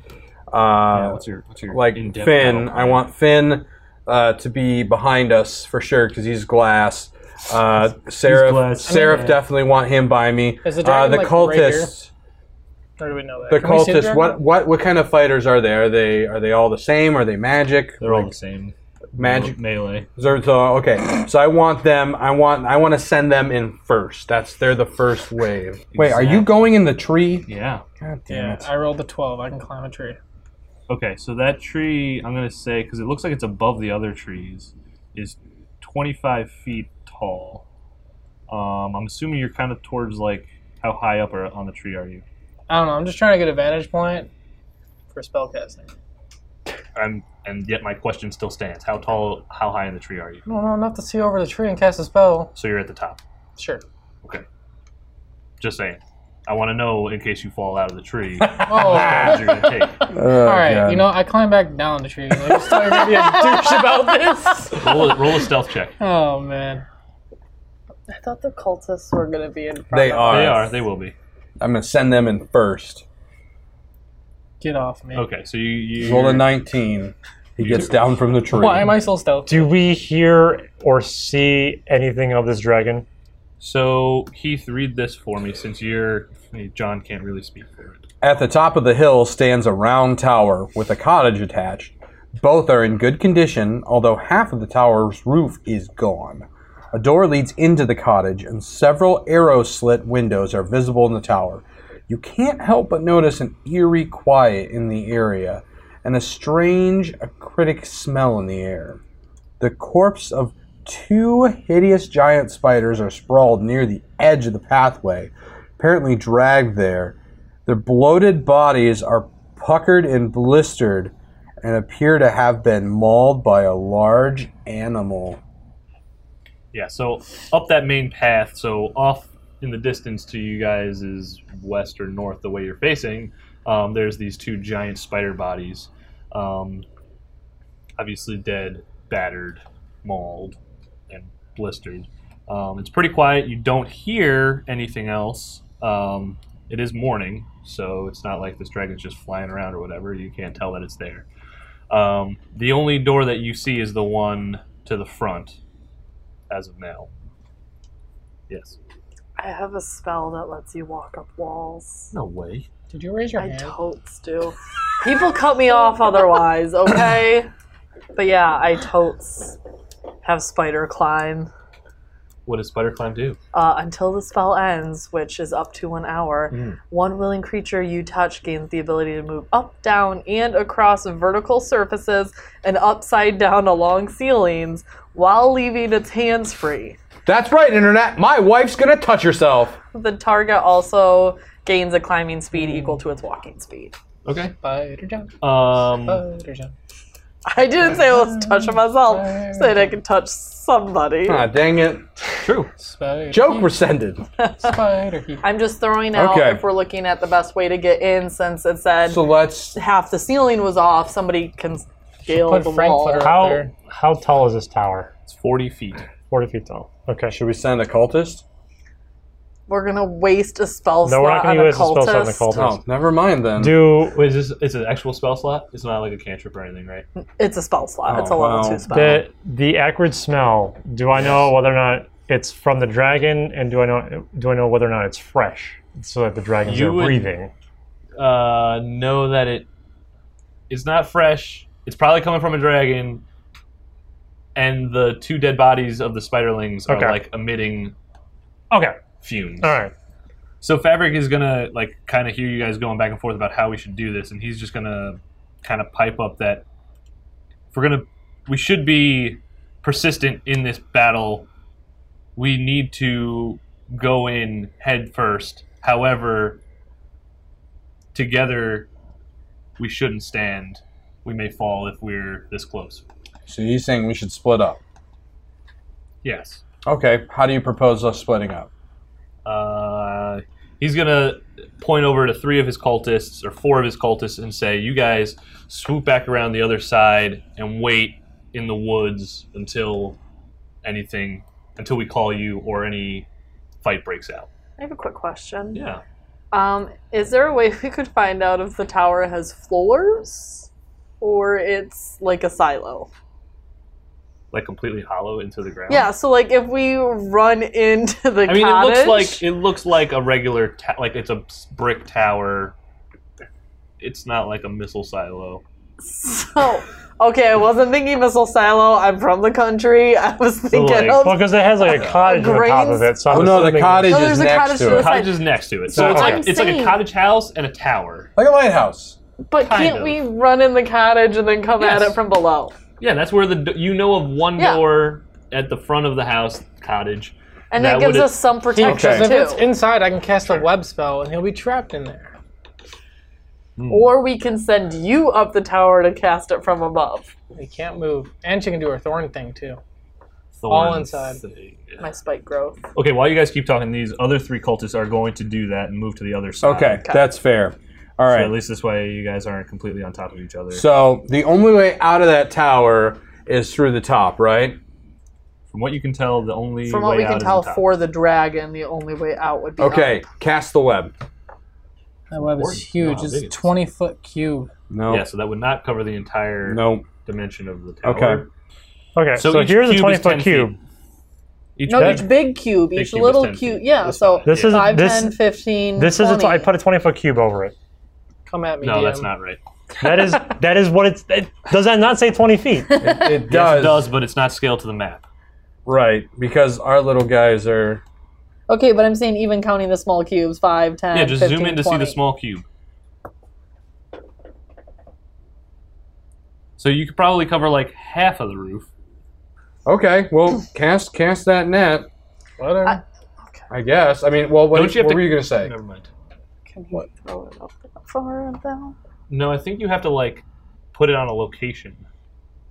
[SPEAKER 6] Uh,
[SPEAKER 3] Yeah, what's your what's your
[SPEAKER 6] like
[SPEAKER 3] in-depth
[SPEAKER 6] Finn.
[SPEAKER 3] battle
[SPEAKER 6] I want Finn uh, to be behind us for sure because he's glass. Uh, Seraph,
[SPEAKER 3] glass.
[SPEAKER 6] Seraph
[SPEAKER 2] Yeah.
[SPEAKER 6] definitely want him by me.
[SPEAKER 2] Is the
[SPEAKER 6] uh,
[SPEAKER 2] dragon,
[SPEAKER 6] the
[SPEAKER 2] like, right here?
[SPEAKER 6] cultists.
[SPEAKER 2] or do we know that?
[SPEAKER 6] the
[SPEAKER 2] Can we see
[SPEAKER 6] cultists. What
[SPEAKER 2] dragon?
[SPEAKER 6] what what kind of fighters are they? Are they are they all the same? Are they magic?
[SPEAKER 3] They're all the same.
[SPEAKER 6] magic.
[SPEAKER 3] melee.
[SPEAKER 6] So, so, okay, so I want them. I want I want to send them in first. That's they're the first wave. Wait, are you
[SPEAKER 3] Exactly.
[SPEAKER 6] going in the tree?
[SPEAKER 3] Yeah.
[SPEAKER 6] God damn
[SPEAKER 2] Yeah,
[SPEAKER 6] it!
[SPEAKER 2] I rolled a twelve. I can climb a tree.
[SPEAKER 3] Okay, so that tree, I'm gonna say, because it looks like it's above the other trees, is 25 feet tall. Um, I'm assuming you're kind of towards like how high up are, on the tree are you?
[SPEAKER 2] I don't know. I'm just trying to get a vantage point for spellcasting.
[SPEAKER 3] I'm, and yet my question still stands. How tall? How high in the tree are you?
[SPEAKER 2] I don't know enough to see over the tree and cast a spell.
[SPEAKER 3] So you're at the top.
[SPEAKER 2] Sure.
[SPEAKER 3] Just saying. I want to know in case you fall out of the tree.
[SPEAKER 2] Oh.
[SPEAKER 3] what you're gonna take.
[SPEAKER 2] All
[SPEAKER 6] Oh,
[SPEAKER 2] right, you know, I climbed back down the tree. Like, so you're gonna be a douche about this.
[SPEAKER 3] Roll a, roll a stealth check.
[SPEAKER 2] Oh man,
[SPEAKER 4] I thought the cultists were going to be in front
[SPEAKER 6] They
[SPEAKER 4] of
[SPEAKER 6] are.
[SPEAKER 3] They
[SPEAKER 4] us.
[SPEAKER 3] are. They will be.
[SPEAKER 6] I'm gonna send them in first.
[SPEAKER 2] get off me!
[SPEAKER 3] Okay. So you you
[SPEAKER 6] Roll a 19. He gets down from the tree.
[SPEAKER 2] Why am I so stealth?
[SPEAKER 5] Do we hear or see anything of this dragon?
[SPEAKER 3] So Heath, read this for me since you're John can't really speak for it.
[SPEAKER 6] At the top of the hill stands a round tower with a cottage attached. Both are in good condition, although half of the tower's roof is gone. A door leads into the cottage, and several arrow slit windows are visible in the tower. You can't help but notice an eerie quiet in the area and a strange, acritic smell in the air. The corpse of two hideous giant spiders are sprawled near the edge of the pathway, apparently dragged there. Their bloated bodies are puckered and blistered and appear to have been mauled by a large animal.
[SPEAKER 3] Yeah, so up that main path, so off in the distance to you guys is west or north, the way you're facing. Um, there's these two giant spider bodies, um, obviously dead, battered, mauled, and blistered. Um, it's pretty quiet. You don't hear anything else. Um, it is morning, so it's not like this dragon's just flying around or whatever. You can't tell that it's there. Um, the only door that you see is the one to the front, as of now. Yes.
[SPEAKER 4] I have a spell that lets you walk up walls.
[SPEAKER 3] No way.
[SPEAKER 2] Did you raise your
[SPEAKER 4] I
[SPEAKER 2] hand?
[SPEAKER 4] totes do. People cut me off otherwise, okay? But yeah, I totes have spider climb
[SPEAKER 3] What does spider climb do?
[SPEAKER 4] uh, until the spell ends, which is up to one hour. One willing creature you touch gains the ability to move up, down, and across vertical surfaces and upside down along ceilings while leaving its hands free.
[SPEAKER 1] That's right, internet. My wife's gonna touch herself.
[SPEAKER 4] The target also gains a climbing speed equal to its walking speed.
[SPEAKER 3] Okay.
[SPEAKER 2] Spider jump,
[SPEAKER 3] Um,
[SPEAKER 2] spider jump.
[SPEAKER 4] I didn't say let's touch myself. I said I can touch somebody.
[SPEAKER 1] Ah, dang it.
[SPEAKER 3] true.
[SPEAKER 2] Spider,
[SPEAKER 1] Joke rescinded.
[SPEAKER 2] spider heat.
[SPEAKER 4] I'm just throwing out
[SPEAKER 1] Okay.
[SPEAKER 4] if we're looking at the best way to get in since it said
[SPEAKER 1] So let's.
[SPEAKER 4] half the ceiling was off. Somebody can scale
[SPEAKER 2] Put
[SPEAKER 4] the
[SPEAKER 2] Frankfurter
[SPEAKER 4] wall.
[SPEAKER 2] up
[SPEAKER 5] How
[SPEAKER 2] there.
[SPEAKER 5] how tall is this tower?
[SPEAKER 3] It's 40 feet.
[SPEAKER 5] Forty feet tall. Okay.
[SPEAKER 1] Should we send a cultist?
[SPEAKER 4] We're gonna waste a spell
[SPEAKER 5] No,
[SPEAKER 4] slot
[SPEAKER 5] we're not going
[SPEAKER 4] on
[SPEAKER 5] to
[SPEAKER 4] a
[SPEAKER 5] use the spell
[SPEAKER 4] cultist.
[SPEAKER 5] slot on the cultist.
[SPEAKER 1] Oh, never mind then.
[SPEAKER 5] Do
[SPEAKER 3] Wait, is this it's an actual spell slot? It's not like a cantrip or anything, right?
[SPEAKER 4] It's a spell slot.
[SPEAKER 1] Oh,
[SPEAKER 4] it's a level
[SPEAKER 1] wow.
[SPEAKER 4] two spell.
[SPEAKER 5] the the acrid smell? Do I know whether or not it's from the dragon, and do I know do I know whether or not it's fresh, so that the dragons
[SPEAKER 3] You
[SPEAKER 5] are
[SPEAKER 3] would-
[SPEAKER 5] breathing?
[SPEAKER 3] Uh, know that it it's not fresh. It's probably coming from a dragon, and the two dead bodies of the spiderlings are
[SPEAKER 5] Okay.
[SPEAKER 3] like emitting
[SPEAKER 5] Okay.
[SPEAKER 3] fumes.
[SPEAKER 5] All right.
[SPEAKER 3] So Fabric is gonna like kind of hear you guys going back and forth about how we should do this, and he's just gonna kind of pipe up that if we're gonna we should be persistent in this battle. We need to go in head first. However, together we shouldn't stand. We may fall if we're this close.
[SPEAKER 6] So you're saying we should split up?
[SPEAKER 3] Yes.
[SPEAKER 6] Okay. How do you propose us splitting up?
[SPEAKER 3] Uh, he's gonna point over to three of his cultists or four of his cultists and say, "You guys swoop back around the other side and wait in the woods until anything, until we call you or any fight breaks out."
[SPEAKER 4] I have a quick question.
[SPEAKER 3] Yeah.
[SPEAKER 4] Um, is there a way we could find out if the tower has floors or it's like a silo?
[SPEAKER 3] Like completely hollow into the ground.
[SPEAKER 4] Yeah, so like if we run into the
[SPEAKER 3] I mean,
[SPEAKER 4] cottage,
[SPEAKER 3] it looks like it looks like a regular, ta- like it's a s- brick tower. It's not like a missile silo.
[SPEAKER 4] so. Okay, I wasn't thinking missile silo. I'm from the country. I was thinking
[SPEAKER 3] like,
[SPEAKER 4] of
[SPEAKER 5] Well, because it has like a cottage on top
[SPEAKER 4] grains-
[SPEAKER 5] of it. So I'm
[SPEAKER 6] Oh no, the
[SPEAKER 5] assuming-
[SPEAKER 6] cottage
[SPEAKER 4] Oh,
[SPEAKER 6] is
[SPEAKER 4] there's a
[SPEAKER 6] next
[SPEAKER 4] cottage to
[SPEAKER 6] to
[SPEAKER 4] the
[SPEAKER 6] it.
[SPEAKER 4] side.
[SPEAKER 3] Cottage is next to it, so it's
[SPEAKER 5] Okay.
[SPEAKER 3] like it's like a
[SPEAKER 4] Insane.
[SPEAKER 3] cottage house and a tower.
[SPEAKER 6] Like a lighthouse.
[SPEAKER 4] But
[SPEAKER 3] Kind
[SPEAKER 4] can't
[SPEAKER 3] of.
[SPEAKER 4] we run in the cottage and then come at
[SPEAKER 3] Yes.
[SPEAKER 4] it from below?
[SPEAKER 3] Yeah, that's where the do- you know of one
[SPEAKER 4] Yeah.
[SPEAKER 3] door at the front of the house cottage.
[SPEAKER 4] And
[SPEAKER 3] That
[SPEAKER 4] that gives
[SPEAKER 3] would-
[SPEAKER 4] us some protection
[SPEAKER 2] Because if it's
[SPEAKER 4] too.
[SPEAKER 2] inside, I can cast a web spell, and he'll be trapped in there.
[SPEAKER 3] Mm.
[SPEAKER 4] or we can send you up the tower to cast it from above.
[SPEAKER 2] He can't move, and she can do her thorn thing too.
[SPEAKER 3] Thorn
[SPEAKER 2] inside.
[SPEAKER 3] thing.
[SPEAKER 4] My spike growth.
[SPEAKER 3] Okay, while you guys keep talking, these other three cultists are going to do that and move to the other side.
[SPEAKER 6] Okay, that's fair. All
[SPEAKER 3] So
[SPEAKER 6] right.
[SPEAKER 3] at least this way you guys aren't completely on top of each other.
[SPEAKER 6] So the only way out of that tower is through the top, right?
[SPEAKER 3] From what you can tell, the only
[SPEAKER 4] From what
[SPEAKER 3] way
[SPEAKER 4] we
[SPEAKER 3] out
[SPEAKER 4] can
[SPEAKER 3] is
[SPEAKER 4] tell
[SPEAKER 3] the top.
[SPEAKER 4] for the dragon, the only way out would be
[SPEAKER 6] Okay,
[SPEAKER 4] up.
[SPEAKER 6] cast the web.
[SPEAKER 2] That web
[SPEAKER 3] Or-
[SPEAKER 2] is huge.
[SPEAKER 3] no,
[SPEAKER 2] It's
[SPEAKER 3] big it
[SPEAKER 2] a
[SPEAKER 3] is.
[SPEAKER 2] 20 foot cube.
[SPEAKER 6] No.
[SPEAKER 3] Yeah, so that would not cover the entire
[SPEAKER 6] No.
[SPEAKER 3] dimension of the tower.
[SPEAKER 6] Okay.
[SPEAKER 5] Okay.
[SPEAKER 3] So
[SPEAKER 5] So,
[SPEAKER 3] each
[SPEAKER 5] here's
[SPEAKER 3] cube
[SPEAKER 5] a
[SPEAKER 3] is
[SPEAKER 5] 20
[SPEAKER 3] 10
[SPEAKER 5] foot
[SPEAKER 3] feet.
[SPEAKER 5] cube.
[SPEAKER 3] Each
[SPEAKER 4] No,
[SPEAKER 3] bed-
[SPEAKER 4] each big cube,
[SPEAKER 3] Big
[SPEAKER 4] each
[SPEAKER 3] cube is
[SPEAKER 4] little
[SPEAKER 3] 10 feet.
[SPEAKER 4] cube. Yeah,
[SPEAKER 3] That's
[SPEAKER 4] so
[SPEAKER 3] fine.
[SPEAKER 5] This
[SPEAKER 3] Yeah.
[SPEAKER 5] is
[SPEAKER 4] 5,
[SPEAKER 5] this
[SPEAKER 4] 10, 15.
[SPEAKER 5] this is a t-
[SPEAKER 4] 20.
[SPEAKER 5] I put a 20 foot cube over it.
[SPEAKER 2] Come at me.
[SPEAKER 3] no,
[SPEAKER 2] DM.
[SPEAKER 3] that's not right.
[SPEAKER 5] That is that is what it's. It, does that not say 20 feet?
[SPEAKER 6] It
[SPEAKER 3] Yes,
[SPEAKER 6] does.
[SPEAKER 3] it does, but it's not scaled to the map.
[SPEAKER 6] Right, because our little guys are.
[SPEAKER 4] Okay, but I'm saying even counting the small cubes 5, 10.
[SPEAKER 3] Yeah, just
[SPEAKER 4] 15,
[SPEAKER 3] zoom in to see
[SPEAKER 4] 20.
[SPEAKER 3] the small cube. So you could probably cover like half of the roof.
[SPEAKER 6] Okay, well, cast cast that net,
[SPEAKER 2] Whatever.
[SPEAKER 4] I-
[SPEAKER 6] I guess. I mean, well, what,
[SPEAKER 3] Don't you have
[SPEAKER 6] what
[SPEAKER 3] to-
[SPEAKER 6] were you going to say?
[SPEAKER 3] Never mind.
[SPEAKER 4] Can we throw it up far and down?
[SPEAKER 3] No, I think you have to like put it on a location.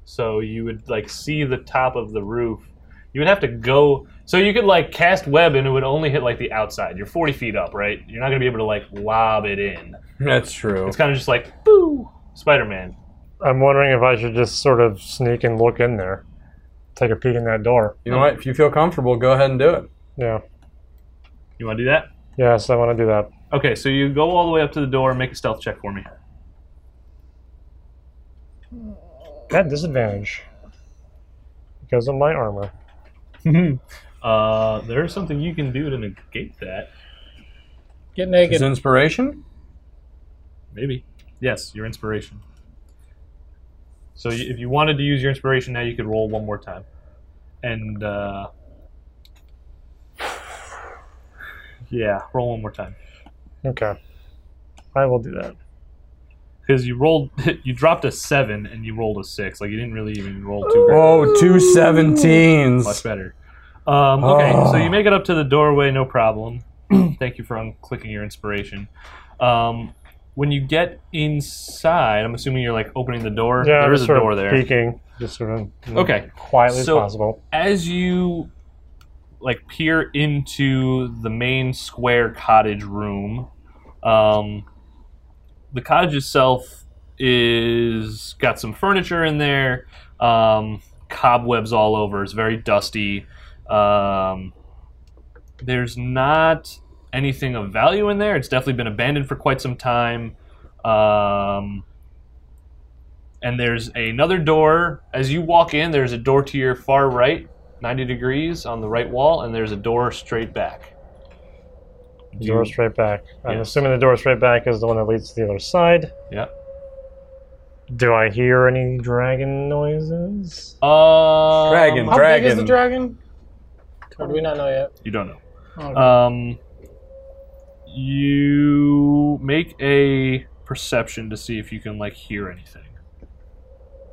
[SPEAKER 3] So you would like see the top of the roof. You would have to go. So you could like cast web and it would only hit like the outside. You're 40 feet up, right? You're not gonna be able to like lob it in.
[SPEAKER 6] That's true.
[SPEAKER 3] It's kind of just like boo, Spider-Man.
[SPEAKER 5] I'm wondering if I should just sort of sneak and look in there, take a peek in that door.
[SPEAKER 6] You know what? If you feel comfortable, go ahead and do it.
[SPEAKER 5] Yeah.
[SPEAKER 3] You want to do that?
[SPEAKER 5] Yes, I want to do that.
[SPEAKER 3] Okay, so you go all the way up to the door and make a stealth check for me.
[SPEAKER 5] At disadvantage because of my armor.
[SPEAKER 3] uh, there's something you can do to negate that.
[SPEAKER 2] Get
[SPEAKER 6] Is
[SPEAKER 2] naked.
[SPEAKER 6] inspiration?
[SPEAKER 3] Maybe. Yes, your inspiration. So you, if you wanted to use your inspiration now, you could roll one more time. And, uh. Yeah, roll one more time.
[SPEAKER 5] Okay. I will do that.
[SPEAKER 3] Because you rolled, you dropped a seven and you rolled a six. Like you didn't really even roll two.
[SPEAKER 6] Oh, two
[SPEAKER 3] Much
[SPEAKER 6] 17s.
[SPEAKER 3] better. Um, okay, so you make it up to the doorway, no problem. Thank you for unclicking your inspiration. Um, when you get inside, I'm assuming you're like opening the door.
[SPEAKER 5] Yeah,
[SPEAKER 3] there is
[SPEAKER 5] just
[SPEAKER 3] a
[SPEAKER 5] sort
[SPEAKER 3] door
[SPEAKER 5] of
[SPEAKER 3] there.
[SPEAKER 5] peeking, just sort of you know,
[SPEAKER 3] Okay,
[SPEAKER 5] quietly
[SPEAKER 3] so-
[SPEAKER 5] as possible.
[SPEAKER 3] as you like peer into the main square cottage room um, the cottage itself is got some furniture in there um, cobwebs all over it's very dusty um, there's not anything of value in there it's definitely been abandoned for quite some time um, and there's another door. As you walk in, there's a door to your far right, 90 degrees on the right wall, and there's a door straight back.
[SPEAKER 5] The door straight back. I'm
[SPEAKER 3] Yes.
[SPEAKER 5] assuming the door straight back is the one that leads to the other side.
[SPEAKER 3] Yeah.
[SPEAKER 5] Do I hear any dragon noises?
[SPEAKER 3] Um,
[SPEAKER 6] Dragon.
[SPEAKER 2] How big is the dragon? Or do we not know yet?
[SPEAKER 3] You don't know.
[SPEAKER 2] Oh,
[SPEAKER 3] Um, you make a perception to see if you can like hear anything.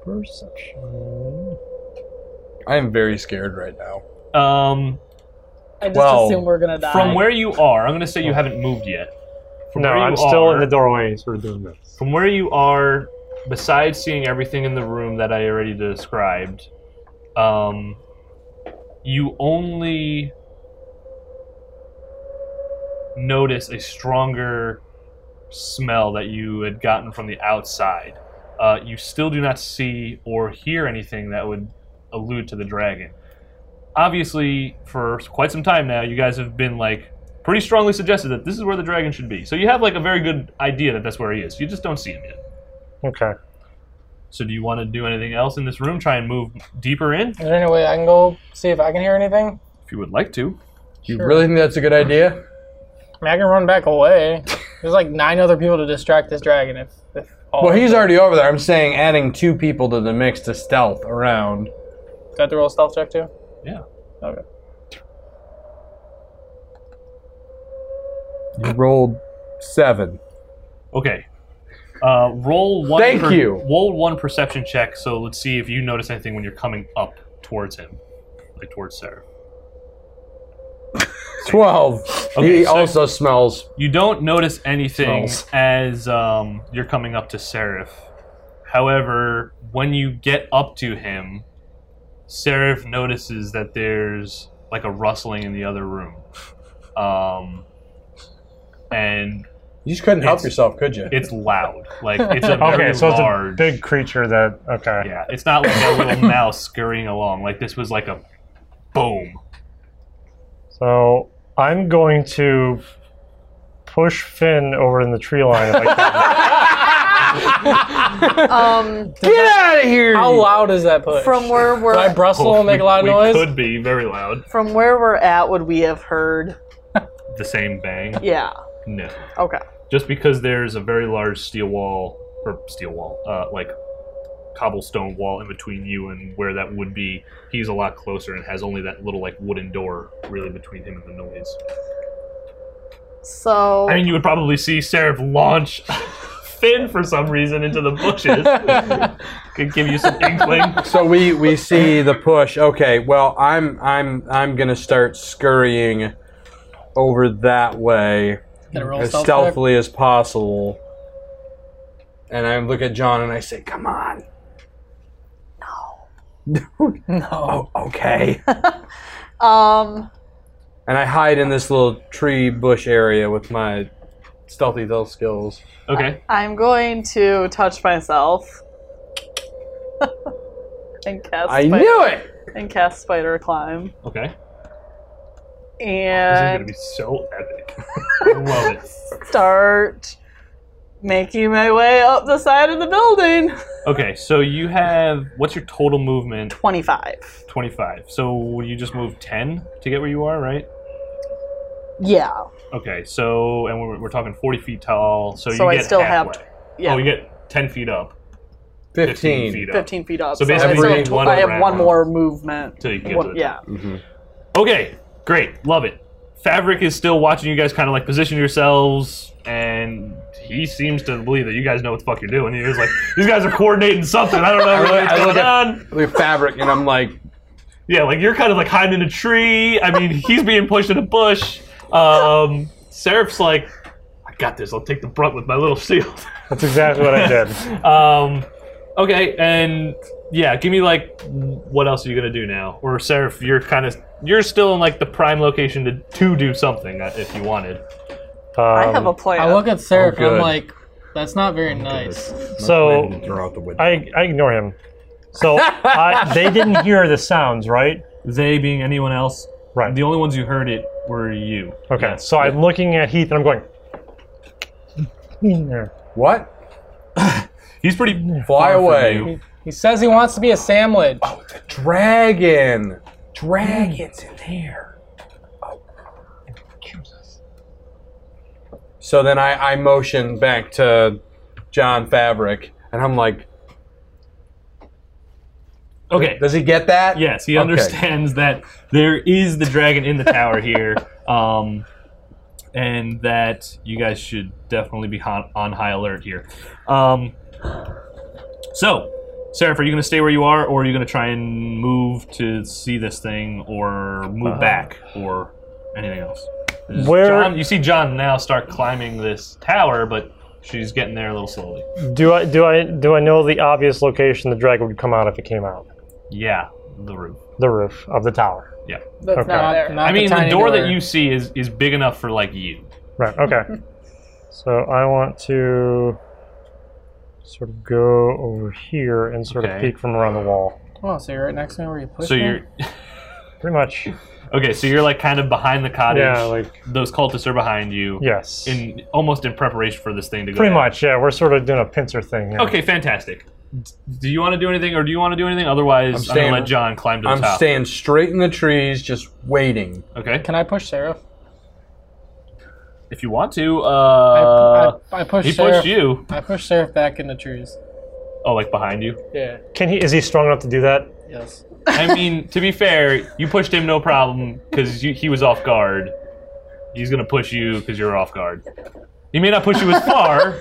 [SPEAKER 5] Perception.
[SPEAKER 6] I am very scared right now.
[SPEAKER 3] Um,
[SPEAKER 4] I just
[SPEAKER 6] Well,
[SPEAKER 4] assume we're gonna die.
[SPEAKER 3] from where you are, I'm gonna say you haven't moved yet. From
[SPEAKER 5] No,
[SPEAKER 3] where you
[SPEAKER 5] I'm still in
[SPEAKER 3] are-
[SPEAKER 5] the doorway, sort of doing this.
[SPEAKER 3] From where you are, besides seeing everything in the room that I already described, um, you only notice a stronger smell that you had gotten from the outside. Uh, you still do not see or hear anything that would allude to the dragon. Obviously, for quite some time now, you guys have been like pretty strongly suggested that this is where the dragon should be. So you have like a very good idea that that's where he is. You just don't see him yet.
[SPEAKER 5] Okay.
[SPEAKER 3] So do you want to do anything else in this room? Try and move deeper in,
[SPEAKER 2] Is there any way I can go see if I can hear anything?
[SPEAKER 3] if you would like to.
[SPEAKER 6] You
[SPEAKER 2] Sure.
[SPEAKER 6] really think that's a good idea?
[SPEAKER 2] I mean, I can run back away. There's like nine other people to distract this dragon. If, if all
[SPEAKER 6] Well, he's already over there. I'm saying adding two people to the mix to stealth around.
[SPEAKER 2] Do I have to roll a stealth check too?
[SPEAKER 3] Yeah.
[SPEAKER 2] Okay.
[SPEAKER 6] You rolled seven.
[SPEAKER 3] Okay. Uh, roll one.
[SPEAKER 6] Thank you.
[SPEAKER 3] Roll one perception check. So let's see if you notice anything when you're coming up towards him, like towards Sarah.
[SPEAKER 6] Twelve.
[SPEAKER 3] Okay,
[SPEAKER 6] he
[SPEAKER 3] so-
[SPEAKER 6] also smells.
[SPEAKER 3] You don't notice anything
[SPEAKER 6] Smells.
[SPEAKER 3] as um, you're coming up to Seraph. However, when you get up to him, Seraph notices that there's like a rustling in the other room. Um, and
[SPEAKER 6] You just couldn't help
[SPEAKER 3] It's-
[SPEAKER 6] yourself, could you?
[SPEAKER 3] it's loud. Like, it's a very
[SPEAKER 5] Okay, so
[SPEAKER 3] large.
[SPEAKER 5] it's a big creature that. Okay.
[SPEAKER 3] Yeah, it's not like a little mouse scurrying along. Like, this was like a boom.
[SPEAKER 5] So I'm going to push Finn over in the tree line if I can.
[SPEAKER 4] Um,
[SPEAKER 1] Get out of here!
[SPEAKER 2] How loud is that push?
[SPEAKER 4] from where
[SPEAKER 2] Do I
[SPEAKER 4] we're
[SPEAKER 2] bristle and make a loud
[SPEAKER 3] Oh, we,
[SPEAKER 2] noise?
[SPEAKER 3] We could be very loud.
[SPEAKER 4] from where we're at, would we have heard?
[SPEAKER 3] The same bang?
[SPEAKER 4] Yeah.
[SPEAKER 3] No.
[SPEAKER 4] Okay.
[SPEAKER 3] just because there's a very large steel wall or steel wall uh, like cobblestone wall in between you and where that would be he's a lot closer and has only that little like wooden door really between him and the noise
[SPEAKER 4] So
[SPEAKER 3] i mean you would probably see seraph launch finn for some reason into the bushes could give you some inkling
[SPEAKER 6] so we we see the push. Okay, well, I'm I'm I'm gonna start scurrying over that way
[SPEAKER 2] Gotta roll a
[SPEAKER 6] as
[SPEAKER 2] stealth
[SPEAKER 6] stealthily as possible. And I look at John and I say, "Come on."
[SPEAKER 2] check? No.
[SPEAKER 6] Oh, okay.
[SPEAKER 4] um,
[SPEAKER 6] and I hide in this little tree bush area with my stealthy stealth skills.
[SPEAKER 3] okay
[SPEAKER 4] I'm going to touch myself and cast.
[SPEAKER 6] I
[SPEAKER 4] spider,
[SPEAKER 6] knew it.
[SPEAKER 4] And cast spider climb.
[SPEAKER 3] okay this is gonna
[SPEAKER 4] And
[SPEAKER 3] be so epic I love it
[SPEAKER 4] start making my way up the side of the building.
[SPEAKER 3] okay so you have what's your total movement
[SPEAKER 4] 25.
[SPEAKER 3] 25 so you just move 10 to get where you are right
[SPEAKER 4] Yeah.
[SPEAKER 3] Okay, so and we're, we're talking forty feet tall, so,
[SPEAKER 4] So
[SPEAKER 3] you
[SPEAKER 4] I
[SPEAKER 3] get
[SPEAKER 4] still have-
[SPEAKER 3] halfway.
[SPEAKER 4] Yeah.
[SPEAKER 3] Oh, you get ten feet up, fifteen,
[SPEAKER 6] Fifteen.
[SPEAKER 3] feet up,
[SPEAKER 4] 15 feet up.
[SPEAKER 3] So
[SPEAKER 4] I
[SPEAKER 3] basically
[SPEAKER 4] still have
[SPEAKER 3] you
[SPEAKER 4] tw-
[SPEAKER 3] one
[SPEAKER 4] I have
[SPEAKER 3] round.
[SPEAKER 4] one more movement.
[SPEAKER 3] till you get to
[SPEAKER 4] One-
[SPEAKER 3] the
[SPEAKER 4] yeah.
[SPEAKER 3] top. Okay, great, love it. Fabric is still watching you guys, kind of like position yourselves, and he seems to believe that you guys know what the fuck you're doing. He was like, "These guys are coordinating something. I don't know really what's
[SPEAKER 6] I look
[SPEAKER 3] going
[SPEAKER 6] at-
[SPEAKER 3] on."
[SPEAKER 6] Look at fabric, and I'm like,
[SPEAKER 3] Yeah, like you're kind of like hiding in a tree. I mean, he's being pushed in a bush. Um, Seraph's like, I got this. I'll take the brunt with my little shield.
[SPEAKER 5] That's exactly what I did.
[SPEAKER 3] Um, okay, and yeah, give me like, what else are you gonna do now? Or Seraph, you're kind of you're still in like the prime location to to do something uh, if you wanted.
[SPEAKER 4] I
[SPEAKER 5] Um,
[SPEAKER 4] have a plan.
[SPEAKER 2] I look at Seraph and
[SPEAKER 1] good.
[SPEAKER 2] I'm like, that's not very nice.
[SPEAKER 5] So-
[SPEAKER 8] planning to throw out the window.
[SPEAKER 5] I, I ignore him. So I, they didn't hear the sounds, right?
[SPEAKER 3] They being anyone else,
[SPEAKER 5] Right.
[SPEAKER 3] the only ones who heard it were you.
[SPEAKER 5] Okay. So I'm looking at Heath and I'm going. "In there."
[SPEAKER 6] What?
[SPEAKER 3] He's pretty
[SPEAKER 6] Fly
[SPEAKER 3] far from
[SPEAKER 6] away.
[SPEAKER 3] you.
[SPEAKER 2] He says he wants to be a sandwich.
[SPEAKER 6] Dragon. Dragon's in there. So then I, I motion back to John Fabric, and I'm like,
[SPEAKER 3] Okay.
[SPEAKER 6] does he get that?
[SPEAKER 3] Yes, he
[SPEAKER 6] Okay.
[SPEAKER 3] understands that there is the dragon in the tower here, um, and that you guys should definitely be on, on high alert here. Um, so, Seraph, are you going to stay where you are, or are you going to try and move to see this thing, or move back, or anything else?
[SPEAKER 5] Where
[SPEAKER 3] John, you see John now start climbing this tower, but she's getting there a little slowly.
[SPEAKER 5] do I do I do I know the obvious location the dragon would come out if it came out?
[SPEAKER 3] Yeah, the roof.
[SPEAKER 5] The roof of the tower.
[SPEAKER 4] That's
[SPEAKER 5] Okay.
[SPEAKER 4] not there.
[SPEAKER 2] Not
[SPEAKER 3] I mean, the
[SPEAKER 2] tiny
[SPEAKER 3] door that you see is is big enough for like you.
[SPEAKER 5] Right. Okay. so I want to sort of go over here and sort of
[SPEAKER 3] Okay.
[SPEAKER 5] peek from around the wall.
[SPEAKER 2] Oh, so you're right next to me where you push
[SPEAKER 3] So
[SPEAKER 2] me?
[SPEAKER 3] you're
[SPEAKER 5] Pretty much.
[SPEAKER 3] Okay, so you're like kind of behind the cottage.
[SPEAKER 5] Yeah. Like
[SPEAKER 3] Those cultists are behind you.
[SPEAKER 5] yes.
[SPEAKER 3] In almost in preparation for this thing to go.
[SPEAKER 5] Pretty
[SPEAKER 3] down.
[SPEAKER 5] much. Yeah. We're sort of doing a pincer thing. Here.
[SPEAKER 3] Okay, fantastic. D- Do you want to do anything, or do you want to do anything? Otherwise, I'm,
[SPEAKER 6] I'm staying-
[SPEAKER 3] gonna let John climb to the
[SPEAKER 6] I'm
[SPEAKER 3] top.
[SPEAKER 6] staying straight in the trees, just waiting.
[SPEAKER 3] Okay,
[SPEAKER 2] Can I push Seraph?
[SPEAKER 3] if you want to. Uh,
[SPEAKER 2] I, I, I push
[SPEAKER 3] he
[SPEAKER 2] Seraph.
[SPEAKER 3] pushed you.
[SPEAKER 2] I push Seraph back in the trees.
[SPEAKER 3] Oh, like behind you.
[SPEAKER 2] Yeah.
[SPEAKER 5] Can he? Is he strong enough to do that?
[SPEAKER 2] Yes.
[SPEAKER 3] I mean, to be fair, you pushed him no problem because he was off guard. He's gonna push you because you're off guard. He may not push you as far.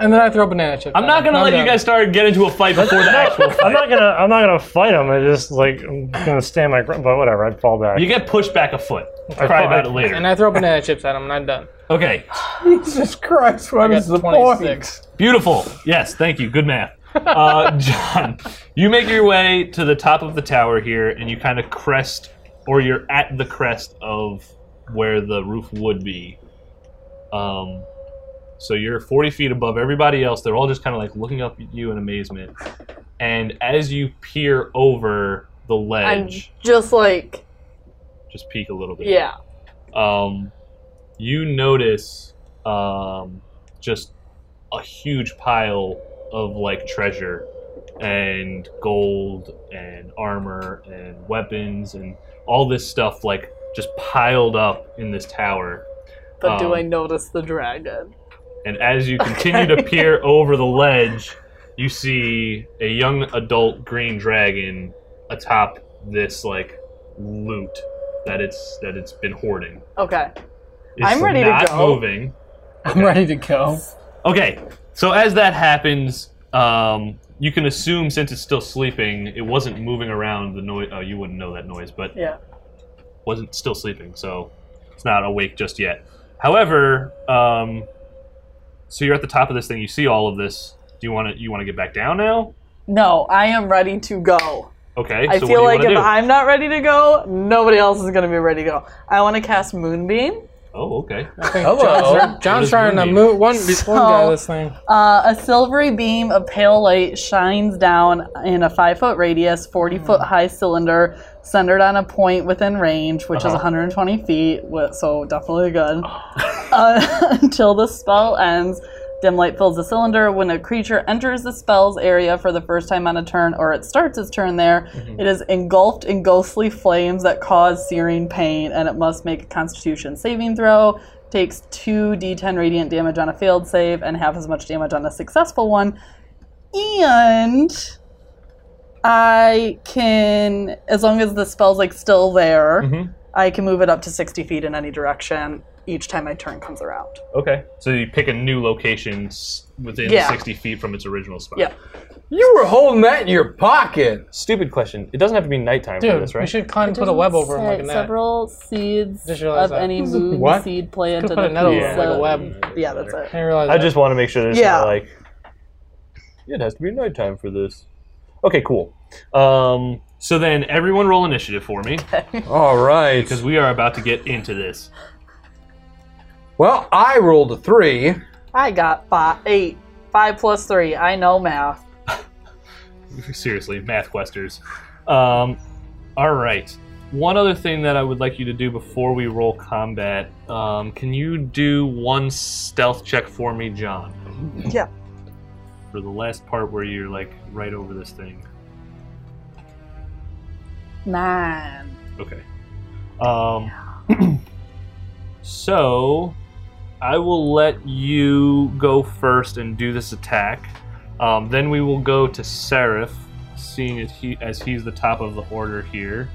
[SPEAKER 2] And then I throw a banana chip.
[SPEAKER 3] I'm
[SPEAKER 2] at
[SPEAKER 3] not
[SPEAKER 2] him.
[SPEAKER 3] gonna let you
[SPEAKER 2] done.
[SPEAKER 3] guys start get into a fight before the actual fight.
[SPEAKER 5] I'm not gonna. I'm not gonna fight him. I just like I'm gonna stand my ground. But whatever. I'd fall back.
[SPEAKER 3] You get pushed back a foot. Cry
[SPEAKER 5] I thought-
[SPEAKER 3] about it later.
[SPEAKER 2] And I throw banana chips at him, and I'm done.
[SPEAKER 3] Okay.
[SPEAKER 6] Jesus Christ, what
[SPEAKER 2] I got
[SPEAKER 6] is the point?
[SPEAKER 2] 26.
[SPEAKER 3] Beautiful. Yes, thank you. Good math. Uh, John, you make your way to the top of the tower here, and you kind of crest, or you're at the crest of where the roof would be. Um, so you're 40 feet above everybody else. They're all just kind of like looking up at you in amazement. And as you peer over the
[SPEAKER 4] I'm
[SPEAKER 3] ledge,
[SPEAKER 4] just like,
[SPEAKER 3] just peek a little bit.
[SPEAKER 4] yeah.
[SPEAKER 3] um, you notice um, just a huge pile of like treasure and gold and armor and weapons and all this stuff like just piled up in this tower
[SPEAKER 4] But do
[SPEAKER 3] Um,
[SPEAKER 4] I notice the dragon?
[SPEAKER 3] and as you continue to peer over the ledge, you see a young adult green dragon atop this like loot that it's that it's been hoarding.
[SPEAKER 4] Okay.
[SPEAKER 3] It's
[SPEAKER 4] I'm ready to
[SPEAKER 3] not
[SPEAKER 4] go.
[SPEAKER 3] Moving.
[SPEAKER 2] I'm ready to
[SPEAKER 3] Oh,
[SPEAKER 2] go.
[SPEAKER 3] Okay, so as that happens, um, you can assume since it's still sleeping, it wasn't moving around the noise. Oh, you wouldn't know that noise, but
[SPEAKER 4] Yeah.
[SPEAKER 3] wasn't still sleeping, so it's not awake just yet. However, um, so you're at the top of this thing. You see all of this. Do you want to? You want to get back down now?
[SPEAKER 4] No, I am ready to go.
[SPEAKER 3] Okay.
[SPEAKER 4] I
[SPEAKER 3] so
[SPEAKER 4] feel
[SPEAKER 3] what
[SPEAKER 4] like
[SPEAKER 3] do
[SPEAKER 4] if
[SPEAKER 3] you want
[SPEAKER 4] I'm not ready to go, nobody else is gonna be ready to go. I want to cast Moonbeam.
[SPEAKER 3] to do? Oh, okay.
[SPEAKER 2] I think
[SPEAKER 6] Hello.
[SPEAKER 2] John's, John's
[SPEAKER 3] There's
[SPEAKER 2] trying to
[SPEAKER 3] Moonbeam.
[SPEAKER 2] move one,
[SPEAKER 4] So-
[SPEAKER 2] one guy this thing.
[SPEAKER 4] Uh, a silvery beam of pale light shines down in a five foot radius, 40 foot high cylinder centered on a point within range, which is 120 feet, wh- so definitely good. uh, until the spell ends, dim light fills the cylinder. When a creature enters the spell's area for the first time on a turn, or it starts its turn there, it is engulfed in ghostly flames that cause searing pain, and it must make a constitution saving throw. Takes 2d10 radiant damage on a failed save and half as much damage on a successful one. And I can, as long as the spell's like still there, I can move it up to 60 feet in any direction each time my turn comes around.
[SPEAKER 3] Okay. So you pick a new location s- within
[SPEAKER 4] Yeah.
[SPEAKER 3] 60 feet from its original spot.
[SPEAKER 4] Yeah.
[SPEAKER 6] You were holding that in your pocket.
[SPEAKER 8] Stupid question. It doesn't have to be nighttime for
[SPEAKER 2] Dude,
[SPEAKER 8] this,
[SPEAKER 2] we
[SPEAKER 8] right?
[SPEAKER 2] should climb and put a web over him like a
[SPEAKER 9] Set
[SPEAKER 2] net.
[SPEAKER 9] Several seeds
[SPEAKER 2] Just realized
[SPEAKER 9] of
[SPEAKER 2] that.
[SPEAKER 9] any moon
[SPEAKER 6] What?
[SPEAKER 9] seed
[SPEAKER 2] Could
[SPEAKER 9] planted
[SPEAKER 2] put a net over
[SPEAKER 9] piece
[SPEAKER 2] him like a
[SPEAKER 9] of-
[SPEAKER 2] web.
[SPEAKER 4] Yeah, that's it.
[SPEAKER 2] I didn't realize
[SPEAKER 8] I
[SPEAKER 2] that.
[SPEAKER 8] just want to make sure that it's
[SPEAKER 4] Yeah.
[SPEAKER 8] not like it has to be nighttime for this. Okay, cool. Um,
[SPEAKER 3] So then, everyone roll initiative for me
[SPEAKER 6] All right.
[SPEAKER 3] because we are about to get into this.
[SPEAKER 6] Well, I rolled a three.
[SPEAKER 4] I got five, eight, five plus three. I know math.
[SPEAKER 3] Seriously, math questers. Um, all right. One other thing that I would like you to do before we roll combat, um, can you do one stealth check for me, John?
[SPEAKER 4] Yeah.
[SPEAKER 3] For the last part where you're like right over this thing.
[SPEAKER 4] Nine.
[SPEAKER 3] Okay. Um, so I will let you go first and do this attack. Um, then we will go to Seraph, seeing as he as he's the top of the order here.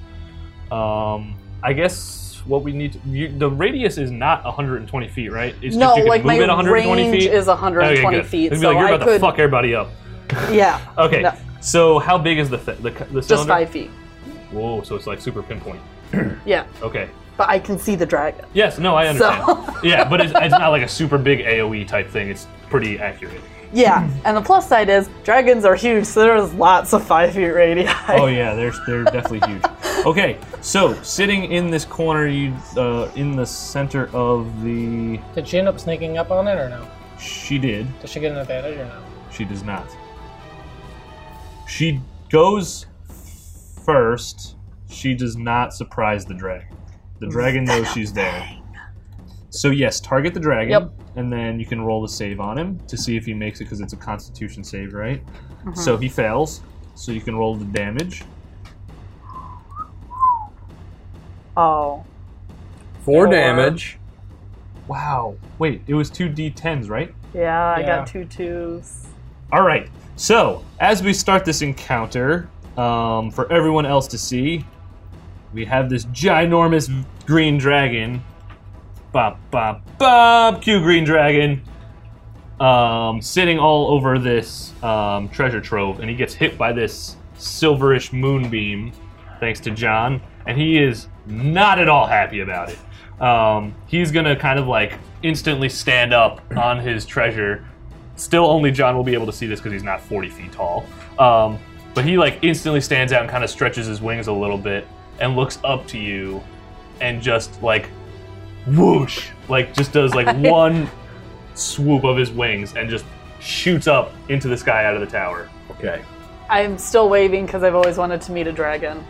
[SPEAKER 3] Um, I guess what we need to, you, the radius is not 120 feet, right? It's
[SPEAKER 4] No,
[SPEAKER 3] you can
[SPEAKER 4] like my
[SPEAKER 3] move it 120
[SPEAKER 4] range
[SPEAKER 3] feet.
[SPEAKER 4] is 120
[SPEAKER 3] good.
[SPEAKER 4] feet,
[SPEAKER 3] It'd be
[SPEAKER 4] so
[SPEAKER 3] like, you're
[SPEAKER 4] I
[SPEAKER 3] about to
[SPEAKER 4] could.
[SPEAKER 3] fuck everybody up.
[SPEAKER 4] Yeah,
[SPEAKER 3] Okay.
[SPEAKER 4] No.
[SPEAKER 3] So how big is the th- the, c- the cylinder?
[SPEAKER 4] just five feet.
[SPEAKER 3] Whoa! So it's like super pinpoint.
[SPEAKER 4] Yeah,
[SPEAKER 3] Okay.
[SPEAKER 4] but I can see the dragon.
[SPEAKER 3] Yes, no, I
[SPEAKER 4] So
[SPEAKER 3] understand. yeah, but it's, it's not like a super big AOE type thing. It's pretty accurate.
[SPEAKER 4] yeah, and the plus side is dragons are huge, so there's lots of five feet radii.
[SPEAKER 3] Oh yeah, they're they're definitely huge. Okay, so sitting in this corner, you uh, in the center of the
[SPEAKER 2] Did she end up sneaking up on it or no?
[SPEAKER 3] she did
[SPEAKER 2] Did she get an advantage or no?
[SPEAKER 3] she does not. She goes first. She does not surprise the dragon. The dragon knows she's there. So yes, target the dragon,
[SPEAKER 4] Yep.
[SPEAKER 3] and then you can roll the save on him to see if he makes it because it's a Constitution save, right? So he fails. So you can roll the damage.
[SPEAKER 4] Oh,
[SPEAKER 6] Four
[SPEAKER 2] Four.
[SPEAKER 6] damage.
[SPEAKER 3] Wow. Wait, it was two d10s, right?
[SPEAKER 4] yeah, I
[SPEAKER 2] Yeah.
[SPEAKER 4] got two twos.
[SPEAKER 3] All right. So as we start this encounter, um, for everyone else to see, we have this ginormous green dragon. Bob, bob, bob. Q green dragon. Um, sitting all over this um, treasure trove, and he gets hit by this silverish moonbeam, thanks to John, and he is not at all happy about it. Um, he's gonna kind of like instantly stand up on his treasure still only John will be able to see this because he's not 40 feet tall. Um, but he like instantly stands out and kind of stretches his wings a little bit and looks up to you and just like whoosh, like just does like one swoop of his wings and just shoots up into the sky out of the tower.
[SPEAKER 6] Okay.
[SPEAKER 4] I'm still waving because I've always wanted to meet a dragon,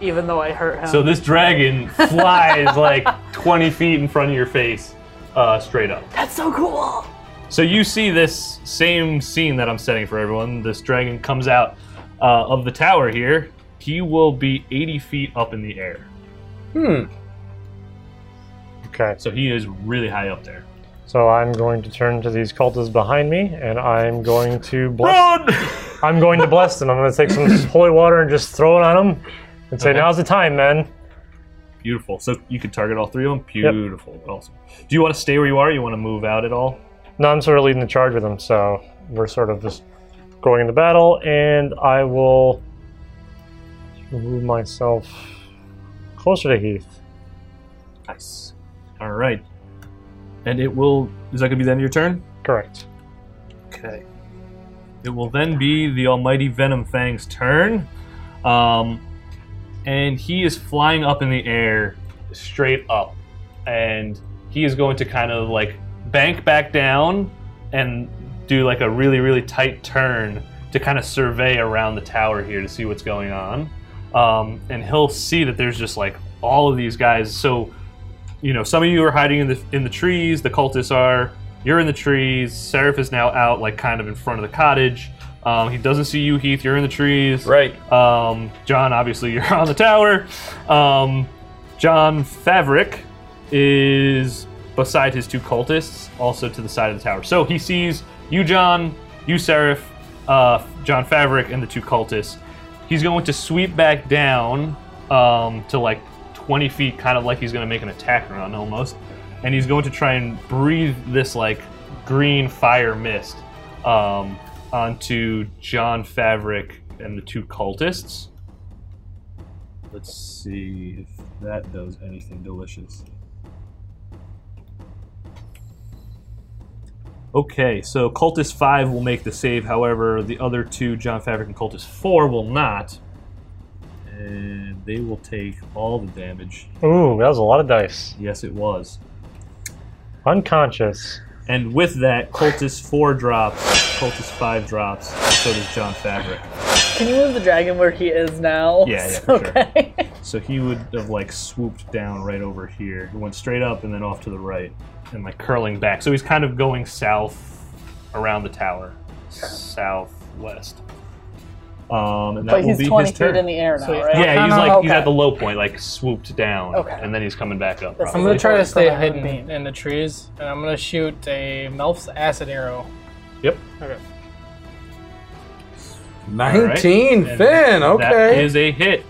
[SPEAKER 4] even though I hurt him.
[SPEAKER 3] So this dragon flies like 20 feet in front of your face uh, straight up.
[SPEAKER 4] That's so cool.
[SPEAKER 3] So you see this same scene that I'm setting for everyone. This dragon comes out uh, of the tower here. He will be 80 feet up in the air.
[SPEAKER 5] Okay.
[SPEAKER 3] So he is really high up there.
[SPEAKER 5] So I'm going to turn to these cultists behind me, and I'm going to bless.
[SPEAKER 3] Run!
[SPEAKER 5] I'm going to bless them. I'm going to take some holy water and just throw it on them, and say, "Now's the time, men."
[SPEAKER 3] Beautiful. So you could target all three of them. Beautiful. Awesome. Do you want to stay where you are? You want to move out at all?
[SPEAKER 5] No, I'm sort of leading the charge with them, so we're sort of just going into battle, and I will move myself closer to Heath.
[SPEAKER 3] Nice. All right. And it will. Is that going to be the end of your turn?
[SPEAKER 5] Correct.
[SPEAKER 3] Okay. It will then be the almighty Venom Fang's turn. Um, and he is flying up in the air, straight up. And he is going to kind of like bank back down and do like a really, really tight turn to kind of survey around the tower here to see what's going on. Um, and he'll see that there's just like all of these guys. So, you know, some of you are hiding in the in the trees. The cultists are. You're in the trees. Seraph is now out, like kind of in front of the cottage. Um, he doesn't see you, Heath. You're in the trees.
[SPEAKER 6] Right.
[SPEAKER 3] Um, John, obviously, you're on the tower. Um, John Favrick is beside his two cultists, also to the side of the tower. So he sees you, John, you, Seraph, uh, John Favrick, and the two cultists. He's going to sweep back down um, to like 20 feet, kind of like he's going to make an attack run almost. And he's going to try and breathe this like green fire mist um,
[SPEAKER 10] onto John Favrick and the two cultists.
[SPEAKER 3] Let's see if that does anything delicious. Okay, so Cultist 5 will make the save, however, the other two, John Fabric and Cultist 4, will not. And they will take all the damage.
[SPEAKER 5] Ooh, that was a lot of dice.
[SPEAKER 3] Yes, it was.
[SPEAKER 5] Unconscious.
[SPEAKER 3] And with that, Cultist 4 drops, Cultist 5 drops, so does John Fabric.
[SPEAKER 4] Can you move the dragon where he is now?
[SPEAKER 3] Yeah, yeah, for sure.
[SPEAKER 4] okay.
[SPEAKER 3] So he would have like swooped down right over here. He went straight up and then off to the right and like curling back. So he's kind of going south around the tower, southwest. Um, and that
[SPEAKER 4] But
[SPEAKER 3] will
[SPEAKER 4] he's
[SPEAKER 3] be
[SPEAKER 4] 20
[SPEAKER 3] his
[SPEAKER 4] feet
[SPEAKER 3] turn.
[SPEAKER 4] in the air now,
[SPEAKER 2] So-
[SPEAKER 4] right?
[SPEAKER 3] yeah, he's
[SPEAKER 2] Oh,
[SPEAKER 3] like he's
[SPEAKER 4] okay.
[SPEAKER 3] at the low point, like swooped down,
[SPEAKER 4] Okay.
[SPEAKER 3] and then he's coming back up.
[SPEAKER 4] That's-
[SPEAKER 2] I'm
[SPEAKER 3] Probably.
[SPEAKER 2] gonna try to stay
[SPEAKER 4] Probably
[SPEAKER 2] hidden
[SPEAKER 4] beam.
[SPEAKER 2] in the trees, and I'm gonna shoot a Melf's acid arrow.
[SPEAKER 3] Yep.
[SPEAKER 2] Okay.
[SPEAKER 1] 19,
[SPEAKER 3] And
[SPEAKER 1] Finn, okay.
[SPEAKER 3] That is a hit.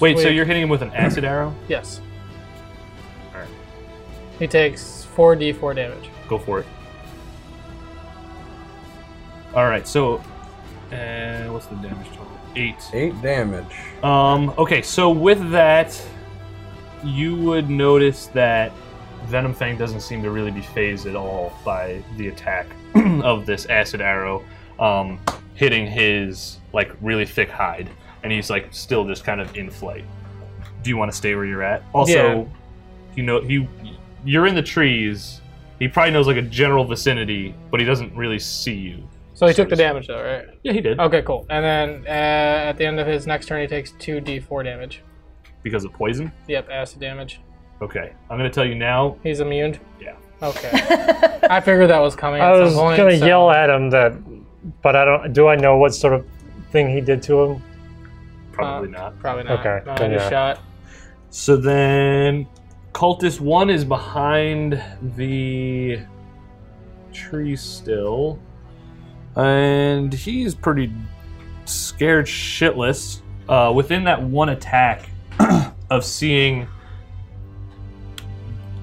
[SPEAKER 3] Wait, so
[SPEAKER 2] Sweet.
[SPEAKER 3] you're hitting him with an acid arrow?
[SPEAKER 2] Yes.
[SPEAKER 3] Alright.
[SPEAKER 2] He takes 4d4 damage.
[SPEAKER 3] Go for it. All right, so uh, what's the damage total? Eight.
[SPEAKER 1] Eight damage.
[SPEAKER 3] Um, okay, so with that, you would notice that Venom Fang doesn't seem to really be phased at all by the attack of this acid arrow um, hitting his like really thick hide, and he's like still just kind of in flight. Do you want to stay where you're at? Also,
[SPEAKER 2] Yeah.
[SPEAKER 3] you know you you're in the trees. He probably knows like a general vicinity, but he doesn't really see you. Oh.
[SPEAKER 2] So he took the damage though, right?
[SPEAKER 3] Yeah, he did
[SPEAKER 2] Okay, cool. And then uh, at the end of his next turn, he takes 2d4 damage.
[SPEAKER 3] because of poison.
[SPEAKER 2] Yep, acid damage.
[SPEAKER 3] Okay, I'm gonna tell you now.
[SPEAKER 2] He's immune?
[SPEAKER 3] Yeah.
[SPEAKER 2] Okay. I figured that was coming at
[SPEAKER 5] I
[SPEAKER 2] some
[SPEAKER 5] was
[SPEAKER 2] point,
[SPEAKER 5] gonna
[SPEAKER 2] so-
[SPEAKER 5] yell at him that, but I don't. Do I know what sort of thing he did to him?
[SPEAKER 3] Probably not.
[SPEAKER 2] Uh, Probably not.
[SPEAKER 5] Okay,
[SPEAKER 2] Not
[SPEAKER 5] then
[SPEAKER 2] under
[SPEAKER 5] yeah.
[SPEAKER 2] shot.
[SPEAKER 3] So then, cultist one is behind the tree still, and he's pretty scared shitless. Uh, within that one attack of seeing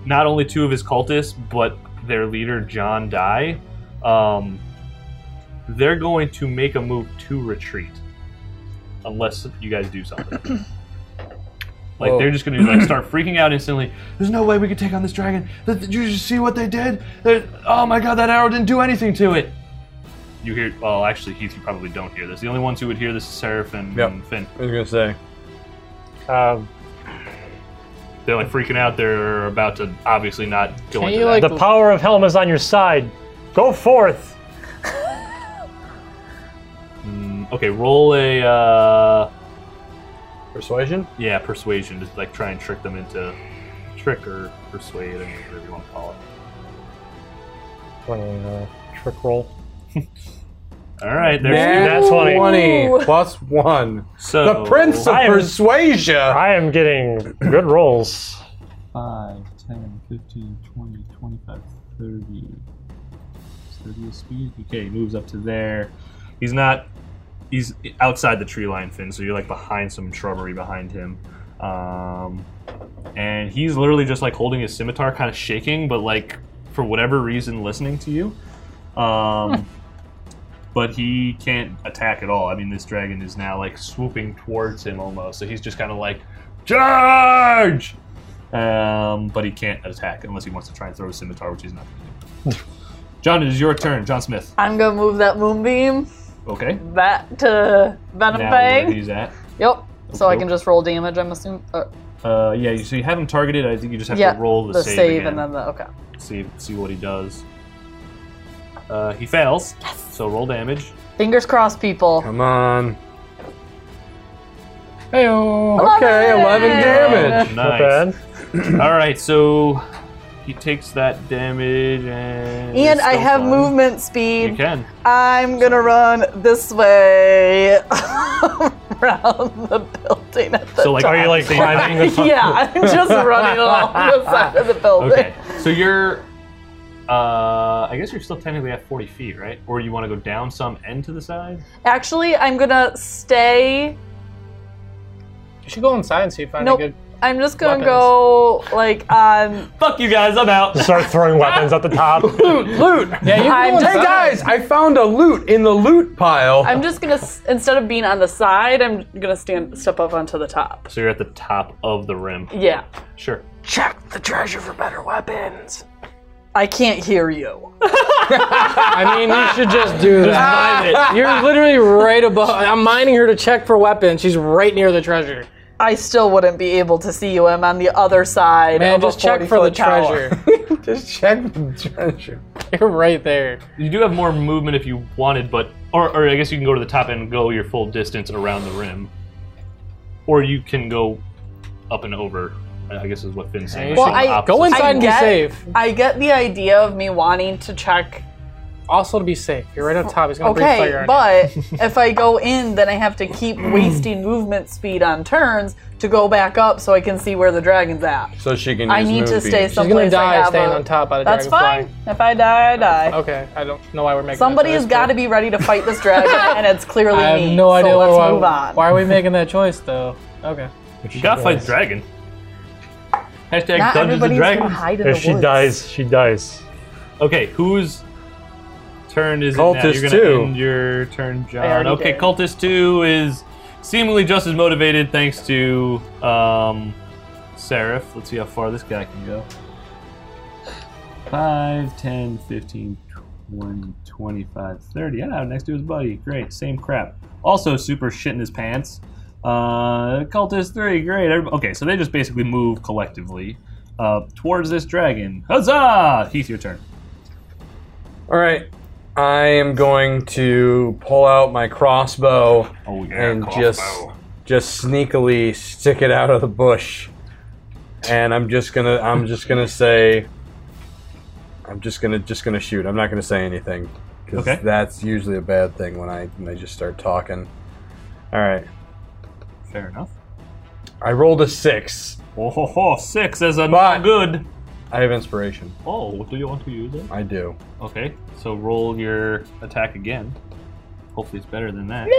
[SPEAKER 3] not only two of his cultists but their leader John die, um, they're going to make a move to retreat, unless you guys do something. Like
[SPEAKER 1] Whoa.
[SPEAKER 3] they're just gonna like start freaking out instantly. There's no way we could take on this dragon. Th- Did you just see what they did? They- oh my god, that arrow didn't do anything to it. You hear? Well, actually, Heath, you probably don't hear this. The only ones who would hear this is Seraph and,
[SPEAKER 1] Yep.
[SPEAKER 3] and Finn.
[SPEAKER 1] I was going to say.
[SPEAKER 5] Um,
[SPEAKER 3] They're like freaking out. They're about to obviously not go
[SPEAKER 2] Can
[SPEAKER 3] into
[SPEAKER 2] you,
[SPEAKER 3] that.
[SPEAKER 2] like-
[SPEAKER 5] the power of Helm is on your side. Go forth.
[SPEAKER 3] Mm, okay, roll a uh,
[SPEAKER 1] Persuasion?
[SPEAKER 3] yeah persuasion to like try and trick them into trick or persuade or whatever you want to call it.
[SPEAKER 5] Twenty uh, trick roll.
[SPEAKER 3] All right,
[SPEAKER 1] Nat
[SPEAKER 3] there's
[SPEAKER 5] That's funny.
[SPEAKER 1] 20 plus 1.
[SPEAKER 3] so
[SPEAKER 1] The Prince of
[SPEAKER 5] I am-
[SPEAKER 1] Persuasion!
[SPEAKER 5] I am getting good rolls.
[SPEAKER 11] 5, 10, 15, 20, 25, 30. 30 is speed.
[SPEAKER 3] Okay, he moves up to there. He's not. He's outside the tree line, Finn. So you're like behind some shrubbery behind him, um, and he's literally just like holding his scimitar, kind of shaking, but like for whatever reason, listening to you. Um, but he can't attack at all. I mean, this dragon is now like swooping towards him almost. So he's just kind of like charge. Um, but he can't attack unless he wants to try and throw a scimitar, which he's not going to do. John, it is your turn. John Smith.
[SPEAKER 4] I'm gonna move that moonbeam
[SPEAKER 3] Okay.
[SPEAKER 4] that to Venom
[SPEAKER 3] Now where
[SPEAKER 4] Fang.
[SPEAKER 3] he's at.
[SPEAKER 4] Yep. So I
[SPEAKER 3] Okay.
[SPEAKER 4] can just roll damage. I'm assuming. Uh,
[SPEAKER 3] Uh, yeah, you- so you have him targeted. I think you just have
[SPEAKER 4] yeah.
[SPEAKER 3] to roll the,
[SPEAKER 4] the
[SPEAKER 3] save,
[SPEAKER 4] and
[SPEAKER 3] again.
[SPEAKER 4] then the okay.
[SPEAKER 3] see see what he does. Uh, he fails. So roll damage.
[SPEAKER 4] Fingers crossed, people.
[SPEAKER 1] Come on.
[SPEAKER 2] Heyo.
[SPEAKER 1] Okay, 11 damage.
[SPEAKER 5] Not
[SPEAKER 3] Nice.
[SPEAKER 5] bad.
[SPEAKER 3] All right, so he takes that damage and
[SPEAKER 4] And
[SPEAKER 3] it's
[SPEAKER 4] I
[SPEAKER 3] still
[SPEAKER 4] have
[SPEAKER 3] fine.
[SPEAKER 4] movement
[SPEAKER 3] You
[SPEAKER 4] speed.
[SPEAKER 3] can.
[SPEAKER 4] I'm gonna run this way around the building at the
[SPEAKER 3] So like
[SPEAKER 5] Are you like
[SPEAKER 3] same-
[SPEAKER 5] climbing the? fu-
[SPEAKER 4] yeah, I'm just running along the side of the building.
[SPEAKER 3] Okay. So you're. Uh, I guess you're still technically at 40 feet, right? Or you want to go down some and to the side?
[SPEAKER 4] Actually, I'm gonna stay.
[SPEAKER 2] You should go inside and see if you find
[SPEAKER 4] Nope.
[SPEAKER 2] a good
[SPEAKER 4] I'm just gonna go like um, on.
[SPEAKER 3] Fuck you guys, I'm out.
[SPEAKER 5] Start throwing weapons at the top.
[SPEAKER 1] Loot!
[SPEAKER 2] Yeah, you
[SPEAKER 4] I'm
[SPEAKER 1] Hey guys, I found a loot in the loot pile.
[SPEAKER 4] I'm just gonna s- instead of being on the side, I'm gonna stand step up onto the top.
[SPEAKER 3] So you're at the top of the rim.
[SPEAKER 4] Yeah.
[SPEAKER 3] Sure.
[SPEAKER 2] check the treasure for better weapons.
[SPEAKER 4] I can't hear you.
[SPEAKER 2] I mean, you should just do that. You're literally right above. I'm mining her to check for weapons. She's right near the treasure.
[SPEAKER 4] I still wouldn't be able to see you. I'm on the other side
[SPEAKER 2] Man,
[SPEAKER 4] of a
[SPEAKER 2] just check for the
[SPEAKER 4] 40-foot tower.
[SPEAKER 2] treasure.
[SPEAKER 6] Just check the treasure.
[SPEAKER 2] You're right there.
[SPEAKER 3] You do have more movement if you wanted, but or, or I guess you can go to the top and go your full distance around the rim, or you can go up and over. I I guess is what Finn's saying.
[SPEAKER 2] Well,
[SPEAKER 3] Shoot on the
[SPEAKER 4] I-
[SPEAKER 3] opposite
[SPEAKER 2] Go
[SPEAKER 3] side.
[SPEAKER 2] inside and be
[SPEAKER 4] get-
[SPEAKER 2] safe.
[SPEAKER 4] I get the idea of me wanting to check.
[SPEAKER 2] Also, to be safe. You're right up top. He's gonna breathe fire
[SPEAKER 4] Okay,
[SPEAKER 2] on you.
[SPEAKER 4] but if I go in, then I have to keep wasting movement speed on turns to go back up so I can see where the dragon's at.
[SPEAKER 6] So she can.
[SPEAKER 4] I
[SPEAKER 6] use
[SPEAKER 4] need to
[SPEAKER 6] movie.
[SPEAKER 4] stay
[SPEAKER 2] She's gonna
[SPEAKER 4] someplace. I
[SPEAKER 2] die
[SPEAKER 4] have
[SPEAKER 2] staying
[SPEAKER 4] a-
[SPEAKER 2] on top by the
[SPEAKER 4] That's
[SPEAKER 2] dragonfly.
[SPEAKER 4] fine. If I die, I die.
[SPEAKER 2] Okay, I don't know why we're making.
[SPEAKER 4] Somebody
[SPEAKER 2] that choice,
[SPEAKER 4] has got to
[SPEAKER 2] but-
[SPEAKER 4] be ready to fight this dragon, and it's clearly
[SPEAKER 2] I have
[SPEAKER 4] me.
[SPEAKER 2] no idea
[SPEAKER 4] so let's
[SPEAKER 2] why,
[SPEAKER 4] move on.
[SPEAKER 2] why are we making that choice though? Okay.
[SPEAKER 3] You gotta fight the dragon. Hashtag
[SPEAKER 4] Not
[SPEAKER 3] Dungeons and
[SPEAKER 4] everybody's gonna
[SPEAKER 3] Dragons.
[SPEAKER 4] hide in
[SPEAKER 5] If
[SPEAKER 4] the
[SPEAKER 5] she
[SPEAKER 4] woods.
[SPEAKER 5] dies, she dies.
[SPEAKER 3] Okay, whose turn is it now?
[SPEAKER 6] Cultist
[SPEAKER 3] You're gonna
[SPEAKER 6] two.
[SPEAKER 3] end your turn, John.
[SPEAKER 4] already
[SPEAKER 3] Okay,
[SPEAKER 4] did.
[SPEAKER 3] cultist two is seemingly just as motivated thanks to um, Seraph. Let's see how far this guy can go.
[SPEAKER 9] 5, 10, 15, 20, 25, 30. Ah, next to his buddy. Great. Same crap. Also, super shit in his pants. Uh, Cultist 3. Great. Everyb- Okay, so they just basically move collectively uh, towards this dragon. Huzzah! Heath, your turn.
[SPEAKER 6] All right. I am going to pull out my crossbow
[SPEAKER 9] Oh,
[SPEAKER 6] and just just sneakily stick it out of the bush. And I'm just gonna I'm just gonna say I'm just gonna just gonna shoot. I'm not gonna say anything. 'cause
[SPEAKER 9] Okay.
[SPEAKER 6] that's usually a bad thing when I when I just start talking. Alright.
[SPEAKER 9] Fair enough.
[SPEAKER 6] I rolled a six.
[SPEAKER 3] Oh, ho, ho, six as a
[SPEAKER 6] But-
[SPEAKER 3] not good.
[SPEAKER 6] I have inspiration.
[SPEAKER 3] Oh, what do you want to use it?
[SPEAKER 6] I do.
[SPEAKER 3] Okay, so roll your attack again. Hopefully, it's better than that.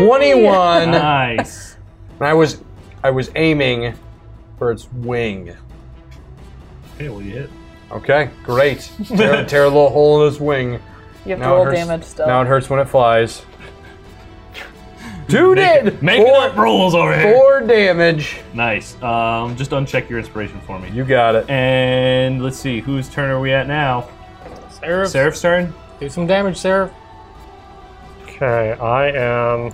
[SPEAKER 6] Twenty-one.
[SPEAKER 3] Nice.
[SPEAKER 6] And I was I was aiming for its wing.
[SPEAKER 3] Okay, well, you hit.
[SPEAKER 6] Okay, great. tear, tear a little hole in its wing.
[SPEAKER 4] You have to
[SPEAKER 6] Now it
[SPEAKER 4] roll
[SPEAKER 6] hurts-
[SPEAKER 4] damage still.
[SPEAKER 6] Now it hurts when it flies. Two did
[SPEAKER 3] Making
[SPEAKER 6] four,
[SPEAKER 3] up rules over here.
[SPEAKER 6] four damage.
[SPEAKER 3] Nice. Um, just uncheck your inspiration for me.
[SPEAKER 6] You got it.
[SPEAKER 3] And let's see, whose turn are we at now?
[SPEAKER 2] Seraph,
[SPEAKER 3] Seraph's turn.
[SPEAKER 2] do some damage, Seraph.
[SPEAKER 5] Okay, I am.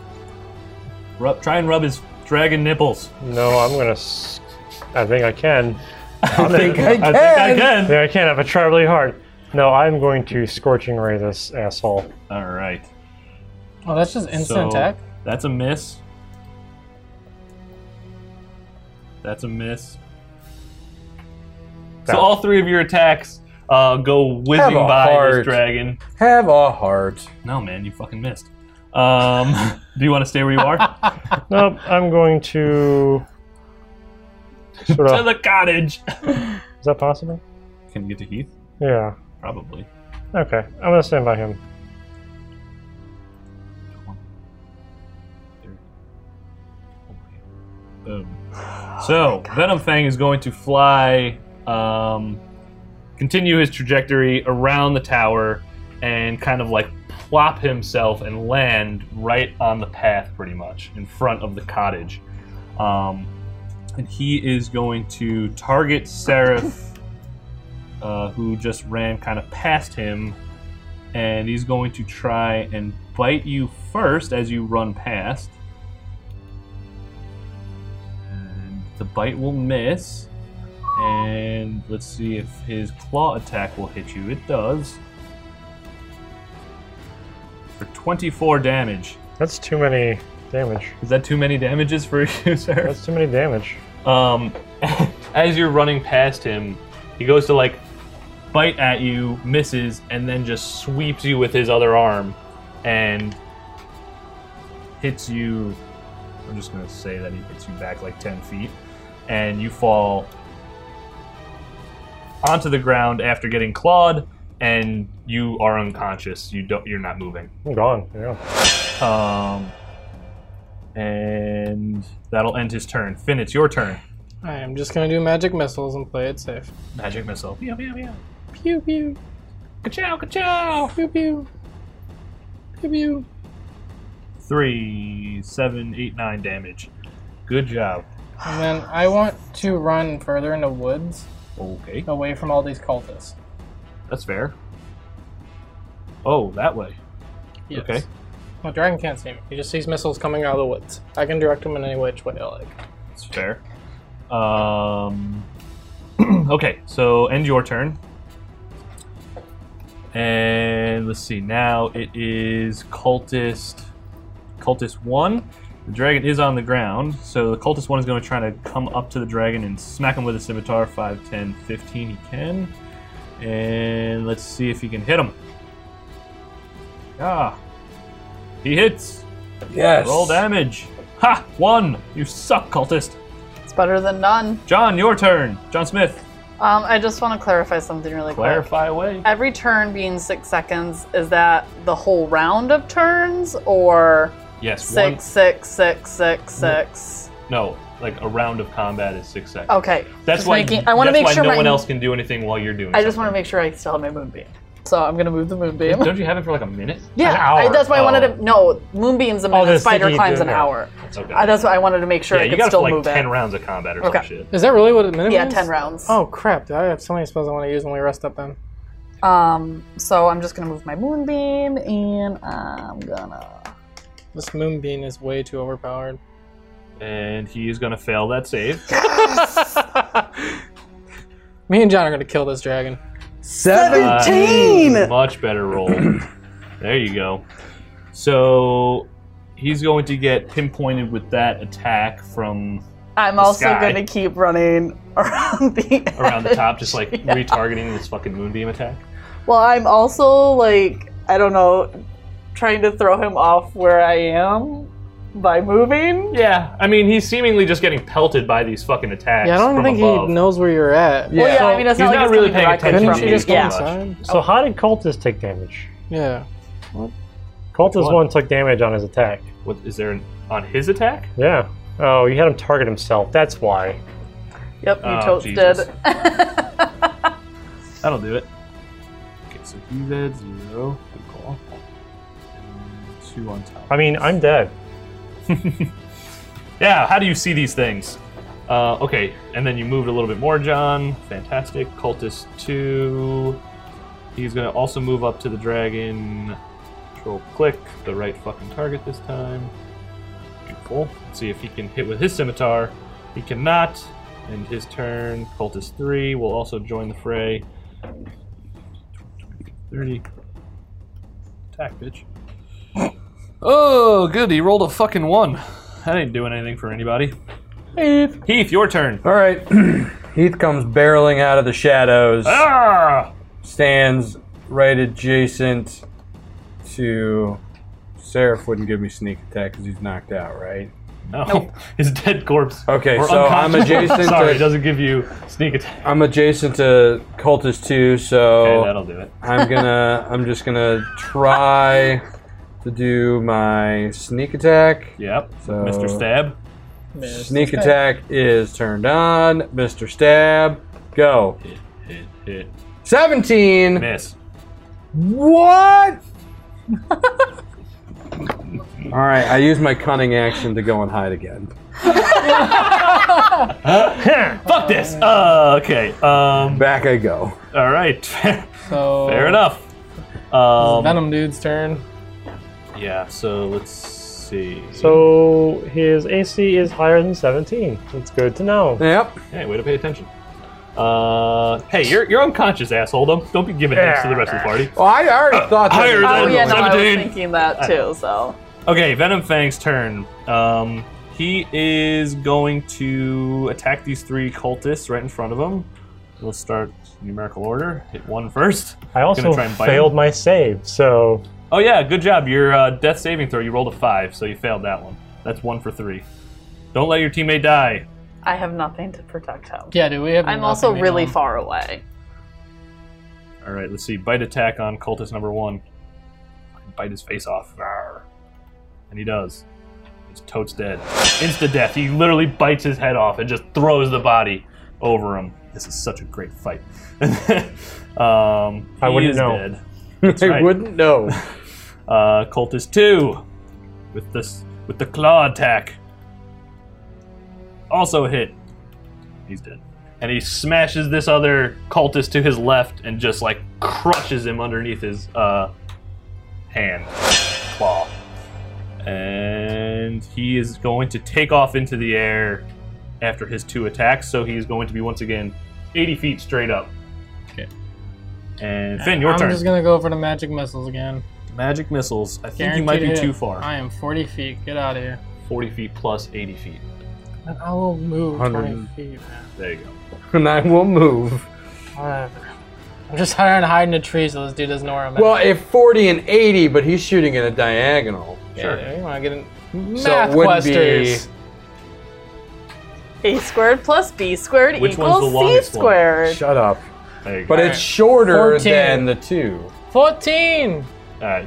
[SPEAKER 3] Rub, try and rub his dragon nipples.
[SPEAKER 5] No, I'm gonna. s- I think I can.
[SPEAKER 6] I think I
[SPEAKER 5] I
[SPEAKER 6] can.
[SPEAKER 5] think I
[SPEAKER 3] I
[SPEAKER 5] I
[SPEAKER 3] can.
[SPEAKER 5] think I can. I've tried really hard. No, I'm going to scorching ray this asshole.
[SPEAKER 3] All right.
[SPEAKER 2] Oh, that's just instant
[SPEAKER 3] So,
[SPEAKER 2] attack.
[SPEAKER 3] That's a miss. That's a miss. So
[SPEAKER 5] That-
[SPEAKER 3] all three of your attacks uh, go
[SPEAKER 6] Have
[SPEAKER 3] whizzing
[SPEAKER 6] a
[SPEAKER 3] by
[SPEAKER 6] heart.
[SPEAKER 3] this dragon.
[SPEAKER 6] Have a heart.
[SPEAKER 3] No, man, you fucking missed. Um, do you want to stay where you are?
[SPEAKER 5] Nope, I'm going to. Sort
[SPEAKER 3] to
[SPEAKER 5] of,
[SPEAKER 3] the cottage.
[SPEAKER 5] is that possible?
[SPEAKER 3] Can you get to Heath?
[SPEAKER 5] Yeah.
[SPEAKER 3] Probably.
[SPEAKER 5] Okay, I'm gonna stand by him.
[SPEAKER 3] 30. Oh, Boom. So, Venom Fang is going to fly, um, continue his trajectory around the tower, and kind of like plop himself and land right on the path, pretty much, in front of the cottage. Um, and he is going to target Seraph, uh, who just ran kind of past him, and he's going to try and bite you first as you run past. And the bite will miss. And let's see if his claw attack will hit you. It does. For 24 damage.
[SPEAKER 5] That's too many damage.
[SPEAKER 3] Is that too many damages for you, sir?
[SPEAKER 5] That's too many damage.
[SPEAKER 3] Um, as you're running past him, he goes to like bite at you, misses, and then just sweeps you with his other arm and hits you. I'm just gonna say that he hits you back like 10 feet, and you fall onto the ground after getting clawed, and you are unconscious. You don't. You're not moving.
[SPEAKER 5] I'm gone. Yeah.
[SPEAKER 3] Um, and that'll end his turn. Finn, it's your turn.
[SPEAKER 2] I am just gonna do magic missiles and play it safe.
[SPEAKER 3] Magic missile. Pew, pew, pew.
[SPEAKER 2] Pew pew.
[SPEAKER 3] Ka-chow, ka-chow.
[SPEAKER 2] Pew pew. Pew pew.
[SPEAKER 3] Three, seven, eight, nine damage. Good job.
[SPEAKER 2] And then I want to run further into woods,
[SPEAKER 3] Okay.
[SPEAKER 2] away from all these cultists.
[SPEAKER 3] That's fair. Oh, that way.
[SPEAKER 2] Yes.
[SPEAKER 3] Okay.
[SPEAKER 2] Well, dragon can't see me. He just sees missiles coming out of the woods. I can direct them in any which way I like.
[SPEAKER 3] That's fair. Um, okay, so end your turn. And let's see. Now it is cultist. Cultist one. The dragon is on the ground, so the cultist one is going to try to come up to the dragon and smack him with a scimitar. 5, 10, 15, He can. And let's see if he can hit him. Ah, he hits.
[SPEAKER 6] Yes.
[SPEAKER 3] Roll damage. Ha! One. You suck, cultist.
[SPEAKER 4] It's better than none.
[SPEAKER 3] John, your turn. John Smith,
[SPEAKER 4] Um, I just want to clarify something really quick.
[SPEAKER 3] clarify away.
[SPEAKER 4] Every turn being six seconds, is that the whole round of turns or
[SPEAKER 3] Yes,
[SPEAKER 4] six, six, six, six, six?
[SPEAKER 3] one. No, like a round of combat is six seconds.
[SPEAKER 4] Okay.
[SPEAKER 3] that's
[SPEAKER 4] just
[SPEAKER 3] why.
[SPEAKER 4] making- I want to
[SPEAKER 3] that's
[SPEAKER 4] make
[SPEAKER 3] why
[SPEAKER 4] sure
[SPEAKER 3] no
[SPEAKER 4] my,
[SPEAKER 3] one else can do anything while you're doing.
[SPEAKER 4] I just want to
[SPEAKER 3] something.
[SPEAKER 4] make sure I still have my moonbeam. So I'm gonna move the moonbeam.
[SPEAKER 3] Don't you have it for like a minute?
[SPEAKER 4] Yeah,
[SPEAKER 5] An hour.
[SPEAKER 4] I, that's why I wanted
[SPEAKER 3] Oh.
[SPEAKER 4] to. No, moonbeams a
[SPEAKER 5] Oh,
[SPEAKER 4] minute,
[SPEAKER 5] the
[SPEAKER 4] spider
[SPEAKER 5] sticky
[SPEAKER 4] climbs an
[SPEAKER 5] doodle.
[SPEAKER 4] hour.
[SPEAKER 3] Okay.
[SPEAKER 4] I, that's why I wanted to make sure
[SPEAKER 3] yeah,
[SPEAKER 4] I
[SPEAKER 3] you
[SPEAKER 4] could
[SPEAKER 3] got it for
[SPEAKER 4] still
[SPEAKER 3] like
[SPEAKER 4] move
[SPEAKER 3] ten
[SPEAKER 4] it.
[SPEAKER 3] rounds of combat or some
[SPEAKER 4] Okay.
[SPEAKER 3] shit.
[SPEAKER 2] Is that really what the minimum
[SPEAKER 4] Yeah,
[SPEAKER 2] is?
[SPEAKER 4] ten rounds.
[SPEAKER 2] Oh crap! I have so many spells I want to use when we rest up. Then
[SPEAKER 4] Um, so I'm just gonna move my moonbeam, and I'm gonna.
[SPEAKER 2] this moonbeam is way too overpowered.
[SPEAKER 3] And he is gonna fail that save.
[SPEAKER 2] Me and John are gonna kill this dragon.
[SPEAKER 1] Seven.
[SPEAKER 3] Uh, much better roll. there you go. So he's going to get pinpointed with that attack from
[SPEAKER 4] I'm also
[SPEAKER 3] sky.
[SPEAKER 4] gonna keep running around the
[SPEAKER 3] around the
[SPEAKER 4] edge.
[SPEAKER 3] top, just like
[SPEAKER 4] Yeah.
[SPEAKER 3] retargeting this fucking moonbeam attack.
[SPEAKER 4] Well, I'm also like I don't know, trying to throw him off where I am by moving.
[SPEAKER 3] Yeah, I mean he's seemingly just getting pelted by these fucking attacks.
[SPEAKER 2] Yeah, I don't
[SPEAKER 3] from
[SPEAKER 2] think
[SPEAKER 3] above.
[SPEAKER 2] he knows where you're at.
[SPEAKER 4] Well, yeah, I mean that's
[SPEAKER 3] He's
[SPEAKER 4] not,
[SPEAKER 3] not
[SPEAKER 4] like
[SPEAKER 3] really
[SPEAKER 4] it's coming
[SPEAKER 3] paying
[SPEAKER 4] directly
[SPEAKER 3] attention
[SPEAKER 2] Couldn't
[SPEAKER 4] from
[SPEAKER 2] you
[SPEAKER 4] me.
[SPEAKER 2] just go
[SPEAKER 4] yeah.
[SPEAKER 2] inside?
[SPEAKER 5] So how did cultists take damage?
[SPEAKER 2] Yeah.
[SPEAKER 5] Cultist
[SPEAKER 3] one?
[SPEAKER 5] one took damage on his attack.
[SPEAKER 3] What is there an, on his attack?
[SPEAKER 5] Yeah. Oh, you had him target himself. That's why.
[SPEAKER 4] Yep, you
[SPEAKER 3] Oh,
[SPEAKER 4] toasted.
[SPEAKER 3] Jesus. That'll do it. Okay, so he's at zero. Good call. And two on top.
[SPEAKER 5] I mean, I'm dead.
[SPEAKER 3] Yeah, how do you see these things? Uh, okay, and then you moved a little bit more, John. Fantastic. Cultist two. He's gonna also move up to the dragon. Control click, the right fucking target this time. Beautiful. Let's see if he can hit with his scimitar. He cannot. And his turn, Cultist 3 will also join the fray. 30. Attack, bitch. Oh, good. He rolled a fucking 1. That ain't doing anything for anybody. Heath. Heath, your turn.
[SPEAKER 6] All right. Heath comes barreling out of the shadows,
[SPEAKER 3] Ah!
[SPEAKER 6] stands right adjacent to. Seraph wouldn't give me sneak attack because he's knocked out, right?
[SPEAKER 3] No. His dead corpse.
[SPEAKER 6] Okay,
[SPEAKER 3] Or
[SPEAKER 6] so I'm
[SPEAKER 3] unconscious.
[SPEAKER 6] adjacent.
[SPEAKER 3] Sorry, it
[SPEAKER 6] to,
[SPEAKER 3] doesn't give you sneak attack.
[SPEAKER 6] I'm adjacent to cultist two,
[SPEAKER 3] Okay,
[SPEAKER 6] so
[SPEAKER 3] that'll do it.
[SPEAKER 6] I'm gonna. I'm just gonna try to do my sneak attack.
[SPEAKER 3] Yep.
[SPEAKER 6] So
[SPEAKER 3] Mr. Stab.
[SPEAKER 6] Sneak attack is turned on. Mr. Stab, go.
[SPEAKER 3] Hit, hit,
[SPEAKER 6] 17.
[SPEAKER 3] miss.
[SPEAKER 6] What? All right, I use my cunning action to go and hide again.
[SPEAKER 3] Fuck this! Uh, okay. Um,
[SPEAKER 6] Back I go.
[SPEAKER 3] all right. Fair
[SPEAKER 2] So
[SPEAKER 3] enough. Um,
[SPEAKER 2] Venom dude's turn.
[SPEAKER 3] yeah, so let's see.
[SPEAKER 5] So his AC is higher than 17. It's good to know.
[SPEAKER 6] Yep.
[SPEAKER 3] Hey, way to pay attention. Uh, hey, you're, you're unconscious, asshole. Don't, don't be giving hints to the rest of the party.
[SPEAKER 6] Well, Oh, I already thought that.
[SPEAKER 3] higher
[SPEAKER 4] Oh
[SPEAKER 3] than-
[SPEAKER 4] yeah, no, I was
[SPEAKER 3] 17.
[SPEAKER 4] thinking that too. So
[SPEAKER 3] Okay, Venom Fang's turn. Um, he is going to attack these three cultists right in front of him. Let's start numerical order. Hit one first.
[SPEAKER 5] I also
[SPEAKER 3] Gonna try and bite
[SPEAKER 5] failed
[SPEAKER 3] him.
[SPEAKER 5] my save, so
[SPEAKER 3] Oh yeah, good job. Your uh, death saving throw. You rolled a five, so you failed that one. That's one for three. Don't let your teammate die.
[SPEAKER 4] I have nothing to protect him.
[SPEAKER 2] Yeah, dude, we have.
[SPEAKER 4] I'm also
[SPEAKER 2] nothing we
[SPEAKER 4] really
[SPEAKER 2] know.
[SPEAKER 4] far away.
[SPEAKER 3] All right, let's see. Bite attack on cultist number one. Bite his face off. Rawr. And he does. Tote's dead. Insta death. He literally bites his head off and just throws the body over him. This is such a great fight. um,
[SPEAKER 5] I
[SPEAKER 3] he
[SPEAKER 5] wouldn't
[SPEAKER 3] is
[SPEAKER 5] know.
[SPEAKER 3] dead.
[SPEAKER 1] I
[SPEAKER 3] right.
[SPEAKER 1] wouldn't know.
[SPEAKER 3] Uh, cultist two, with this with the claw attack. Also hit. He's dead. And he smashes this other cultist to his left and just like crushes him underneath his uh, hand claw. And he is going to take off into the air after his two attacks. So he's going to be once again 80 feet straight up. Okay. And Finn, your
[SPEAKER 2] I'm
[SPEAKER 3] turn.
[SPEAKER 2] just gonna go for the magic missiles again.
[SPEAKER 3] Magic missiles. I think you might be
[SPEAKER 2] Guaranteed
[SPEAKER 3] too
[SPEAKER 2] hit.
[SPEAKER 3] far.
[SPEAKER 2] I am 40 feet. Get out of here.
[SPEAKER 3] 40 feet plus 80 feet.
[SPEAKER 2] And I will move 20
[SPEAKER 1] 100.
[SPEAKER 2] feet. man.
[SPEAKER 3] There you go.
[SPEAKER 1] and I will move.
[SPEAKER 2] Whatever. I'm just trying to hide in a tree so this dude doesn't know where I'm at.
[SPEAKER 1] Well, if 40 and 80, but he's shooting in a diagonal.
[SPEAKER 2] sure. Yeah, you want to get in
[SPEAKER 1] So
[SPEAKER 2] math
[SPEAKER 1] it wouldn't be-
[SPEAKER 2] questers.
[SPEAKER 4] A squared plus B squared
[SPEAKER 3] Which one's the
[SPEAKER 4] equals C
[SPEAKER 3] longest one?
[SPEAKER 4] squared.
[SPEAKER 1] Shut up.
[SPEAKER 3] There you go.
[SPEAKER 1] But it's shorter
[SPEAKER 2] 14.
[SPEAKER 1] than the two.
[SPEAKER 2] 14!
[SPEAKER 3] All right.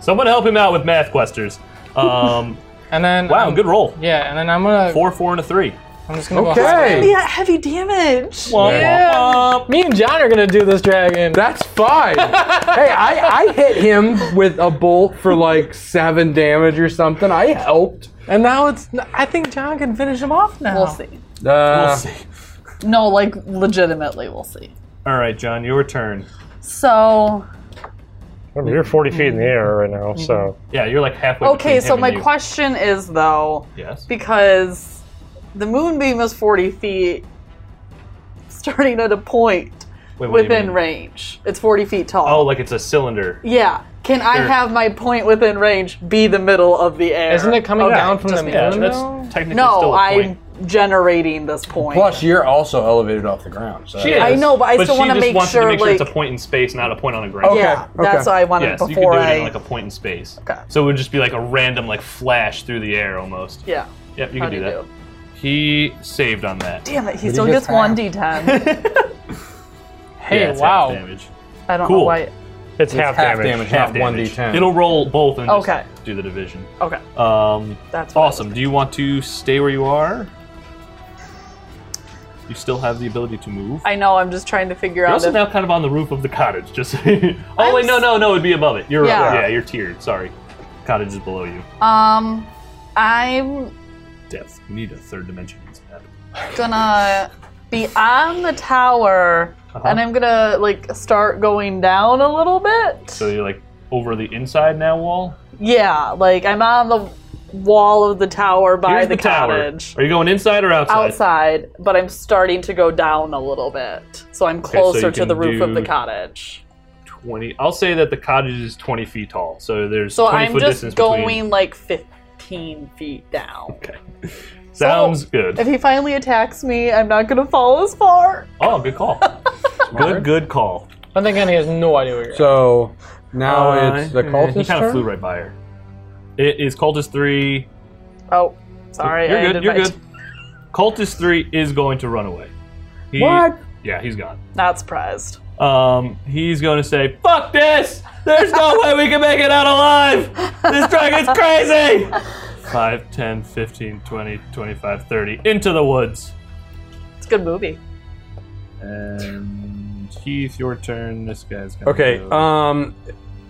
[SPEAKER 3] Someone help him out with math questers. Um,
[SPEAKER 2] And then.
[SPEAKER 3] wow,
[SPEAKER 2] um,
[SPEAKER 3] good roll.
[SPEAKER 2] Yeah, and then I'm gonna.
[SPEAKER 3] Four, four, and a three.
[SPEAKER 2] I'm just gonna go. hide.
[SPEAKER 1] Okay.
[SPEAKER 4] Yeah, heavy damage.
[SPEAKER 1] Oh,
[SPEAKER 3] Womp,
[SPEAKER 2] Yeah.
[SPEAKER 3] womp, womp.
[SPEAKER 2] Me and John are gonna do this dragon.
[SPEAKER 1] That's fine. hey, I, I hit him with a bolt for like seven damage or something. I helped.
[SPEAKER 2] And now it's. I think John can finish him off now.
[SPEAKER 4] We'll see.
[SPEAKER 1] Uh,
[SPEAKER 4] No, like legitimately, we'll see.
[SPEAKER 3] All right, John, your turn.
[SPEAKER 4] So
[SPEAKER 5] Remember, you're 40 feet in the air right now, so
[SPEAKER 3] Yeah, you're like halfway.
[SPEAKER 4] okay,
[SPEAKER 3] between
[SPEAKER 4] so
[SPEAKER 3] him
[SPEAKER 4] my
[SPEAKER 3] and you.
[SPEAKER 4] question is though,
[SPEAKER 3] Yes.
[SPEAKER 4] because the moonbeam is forty feet, starting at a point
[SPEAKER 3] Wait, what do you
[SPEAKER 4] within
[SPEAKER 3] mean?
[SPEAKER 4] range. It's forty feet tall.
[SPEAKER 3] Oh, like it's a cylinder.
[SPEAKER 4] Yeah. Can I
[SPEAKER 3] Sure.
[SPEAKER 4] have my point within range be the middle of the air?
[SPEAKER 2] Isn't it coming
[SPEAKER 4] Okay,
[SPEAKER 2] down from the
[SPEAKER 4] just
[SPEAKER 2] moon?
[SPEAKER 4] me.
[SPEAKER 3] Yeah,
[SPEAKER 2] though?
[SPEAKER 3] that's technically
[SPEAKER 4] No,
[SPEAKER 3] still a point.
[SPEAKER 4] I'm generating this point.
[SPEAKER 6] Plus, you're also elevated off the ground. So
[SPEAKER 3] She is,
[SPEAKER 4] I know, but I still
[SPEAKER 3] she
[SPEAKER 4] wanna
[SPEAKER 3] just
[SPEAKER 4] make
[SPEAKER 3] wants
[SPEAKER 4] sure,
[SPEAKER 3] to make sure it's a
[SPEAKER 4] like-
[SPEAKER 3] point in space, not a point on the ground.
[SPEAKER 4] yeah,
[SPEAKER 1] okay,
[SPEAKER 4] that's
[SPEAKER 1] okay.
[SPEAKER 4] what I wanted
[SPEAKER 3] Yes, you can
[SPEAKER 4] before
[SPEAKER 3] do
[SPEAKER 4] I.
[SPEAKER 3] it in like a point in space.
[SPEAKER 4] Okay.
[SPEAKER 3] So it would just be like a random like flash through the air almost.
[SPEAKER 4] yeah.
[SPEAKER 3] Yep, you
[SPEAKER 4] how
[SPEAKER 3] can
[SPEAKER 4] do
[SPEAKER 3] do
[SPEAKER 4] you
[SPEAKER 3] that.
[SPEAKER 4] do?
[SPEAKER 3] He saved on that.
[SPEAKER 4] Damn it, he still
[SPEAKER 6] you
[SPEAKER 4] gets
[SPEAKER 6] just
[SPEAKER 4] one
[SPEAKER 6] have?
[SPEAKER 4] d10.
[SPEAKER 2] Hey,
[SPEAKER 3] Yeah, it's half
[SPEAKER 2] wow.
[SPEAKER 3] Damage.
[SPEAKER 4] I don't know
[SPEAKER 3] Cool.
[SPEAKER 4] why.
[SPEAKER 5] it's, half,
[SPEAKER 6] half
[SPEAKER 5] damage.
[SPEAKER 6] damage,
[SPEAKER 3] Half
[SPEAKER 6] not one d10.
[SPEAKER 3] It'll roll both and just
[SPEAKER 4] Okay.
[SPEAKER 3] do the division.
[SPEAKER 4] Okay,
[SPEAKER 3] Um,
[SPEAKER 4] that's what I was
[SPEAKER 3] awesome. Do you want to stay where you are? You still have the ability to move.
[SPEAKER 4] I know. I'm just trying to figure
[SPEAKER 3] You're
[SPEAKER 4] out.
[SPEAKER 3] also
[SPEAKER 4] If,
[SPEAKER 3] now kind of on the roof of the cottage. Just so you- oh wait, no, no, no, it'd be above it. You're
[SPEAKER 4] Yeah.
[SPEAKER 3] yeah, you're tiered. Sorry, cottage is below you.
[SPEAKER 4] um, I'm
[SPEAKER 3] Depth. We need a third dimension. in this map.
[SPEAKER 4] gonna be on the tower,
[SPEAKER 3] Uh-huh.
[SPEAKER 4] and I'm gonna like start going down a little bit.
[SPEAKER 3] So you're like over the inside now wall.
[SPEAKER 4] yeah, like I'm on the wall of the tower by
[SPEAKER 3] Here's
[SPEAKER 4] the,
[SPEAKER 3] the, tower.
[SPEAKER 4] cottage.
[SPEAKER 3] Are you going inside or outside?
[SPEAKER 4] Outside, but I'm starting to go down a little bit, so I'm
[SPEAKER 3] you
[SPEAKER 4] closer to
[SPEAKER 3] can
[SPEAKER 4] the roof of
[SPEAKER 3] do-
[SPEAKER 4] the cottage.
[SPEAKER 3] Twenty. I'll say that the cottage is twenty feet tall. So there's
[SPEAKER 4] So
[SPEAKER 3] 20
[SPEAKER 4] I'm
[SPEAKER 3] foot
[SPEAKER 4] just
[SPEAKER 3] distance
[SPEAKER 4] going
[SPEAKER 3] between.
[SPEAKER 4] like 15 feet down.
[SPEAKER 3] Sounds good.
[SPEAKER 4] If he finally attacks me, I'm not gonna fall as far.
[SPEAKER 3] Oh, good call. good, good call.
[SPEAKER 2] I think Annie has no idea where you're at.
[SPEAKER 1] so now
[SPEAKER 3] Uh,
[SPEAKER 1] Oh, it's the
[SPEAKER 3] eh,
[SPEAKER 1] cultist
[SPEAKER 3] He kind
[SPEAKER 1] turn?
[SPEAKER 3] of flew right by her. It is cultist three.
[SPEAKER 4] Oh, sorry. I
[SPEAKER 3] you're
[SPEAKER 4] ended
[SPEAKER 3] good. You're
[SPEAKER 4] my-
[SPEAKER 3] good. Cultist three is going to run away. He,
[SPEAKER 1] What?
[SPEAKER 3] Yeah, he's gone.
[SPEAKER 4] Not surprised.
[SPEAKER 3] Um, he's going to say, "Fuck this! There's no way we can make it out alive. This dragon's crazy." 5, 10, 15, 20, 25, 30. Into the woods.
[SPEAKER 4] It's a good movie.
[SPEAKER 3] And Heath, your turn. This guy's gonna
[SPEAKER 1] Okay,
[SPEAKER 3] go-
[SPEAKER 1] um,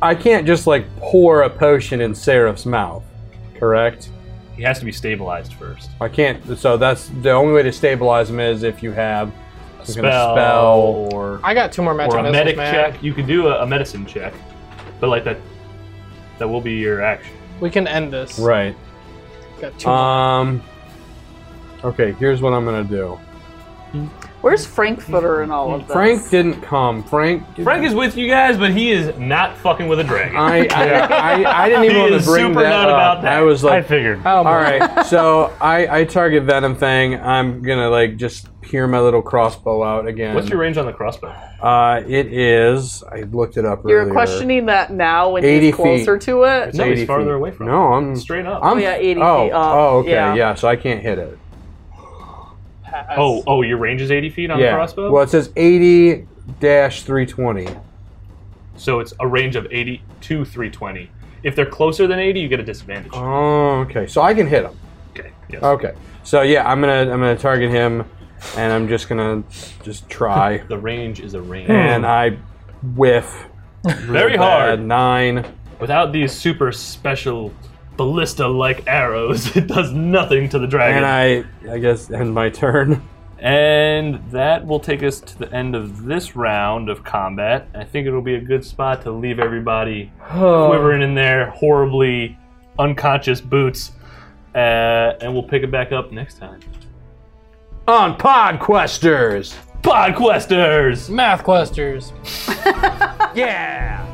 [SPEAKER 1] I can't just like pour a potion in Seraph's mouth, correct?
[SPEAKER 3] he has to be stabilized first.
[SPEAKER 1] I can't. So that's the only way to stabilize him is if you have a
[SPEAKER 3] Spell,
[SPEAKER 1] spell.
[SPEAKER 3] or
[SPEAKER 2] I got two more magic
[SPEAKER 3] or a
[SPEAKER 2] missiles,
[SPEAKER 3] medic
[SPEAKER 2] man.
[SPEAKER 3] check. You can do a, a medicine check, but like that, that will be your action.
[SPEAKER 2] We can end this.
[SPEAKER 1] Right.
[SPEAKER 2] Got two.
[SPEAKER 1] Um. Okay, here's what I'm gonna do.
[SPEAKER 4] Where's Frankfurter in all of this?
[SPEAKER 1] Frank didn't come. Frank.
[SPEAKER 3] Frank is with you guys, but he is not fucking with a dragon.
[SPEAKER 1] I, I, I, I didn't even
[SPEAKER 3] He
[SPEAKER 1] want
[SPEAKER 3] is
[SPEAKER 1] to bring
[SPEAKER 3] super
[SPEAKER 1] that
[SPEAKER 3] not
[SPEAKER 1] up.
[SPEAKER 3] about that.
[SPEAKER 1] I was
[SPEAKER 5] I
[SPEAKER 1] like,
[SPEAKER 5] figured.
[SPEAKER 2] oh,
[SPEAKER 1] all
[SPEAKER 2] my-
[SPEAKER 1] right. So I, I target Venom Fang. I'm gonna like just peer my little crossbow out again.
[SPEAKER 3] What's your range on the crossbow?
[SPEAKER 1] Uh, it is. I looked it up.
[SPEAKER 4] You're
[SPEAKER 1] earlier.
[SPEAKER 4] questioning that now when
[SPEAKER 1] 80
[SPEAKER 4] he's closer
[SPEAKER 1] feet.
[SPEAKER 4] to it?
[SPEAKER 3] No, he's
[SPEAKER 1] 80
[SPEAKER 3] farther
[SPEAKER 1] feet.
[SPEAKER 3] away from
[SPEAKER 1] No, I'm
[SPEAKER 3] Straight up.
[SPEAKER 1] I'm,
[SPEAKER 4] Oh, yeah, 80
[SPEAKER 1] oh,
[SPEAKER 4] feet up.
[SPEAKER 1] Oh, okay,
[SPEAKER 4] Yeah.
[SPEAKER 1] yeah. So I can't hit it.
[SPEAKER 3] oh, oh, your range is 80 feet on
[SPEAKER 1] yeah.
[SPEAKER 3] the crossbow?
[SPEAKER 1] Well, it says 80 dash 320.
[SPEAKER 3] So it's a range of 80 to 320. If they're closer than 80, you get a disadvantage.
[SPEAKER 1] Oh, okay. So I can hit him.
[SPEAKER 3] Okay. Yes.
[SPEAKER 1] Okay. So yeah, I'm gonna I'm gonna target him, and I'm just gonna just try.
[SPEAKER 3] The range is a range.
[SPEAKER 1] and I whiff.
[SPEAKER 3] Very
[SPEAKER 1] Bad
[SPEAKER 3] hard.
[SPEAKER 1] nine.
[SPEAKER 3] Without these super special ballista-like arrows, it does nothing to the dragon.
[SPEAKER 1] And I I guess end my turn.
[SPEAKER 3] And that will take us to the end of this round of combat. I think it'll be a good spot to leave everybody quivering in their horribly unconscious boots. Uh, and we'll pick it back up next time.
[SPEAKER 1] On Podquesters.
[SPEAKER 3] Podquesters!
[SPEAKER 2] Math questers.
[SPEAKER 1] Yeah.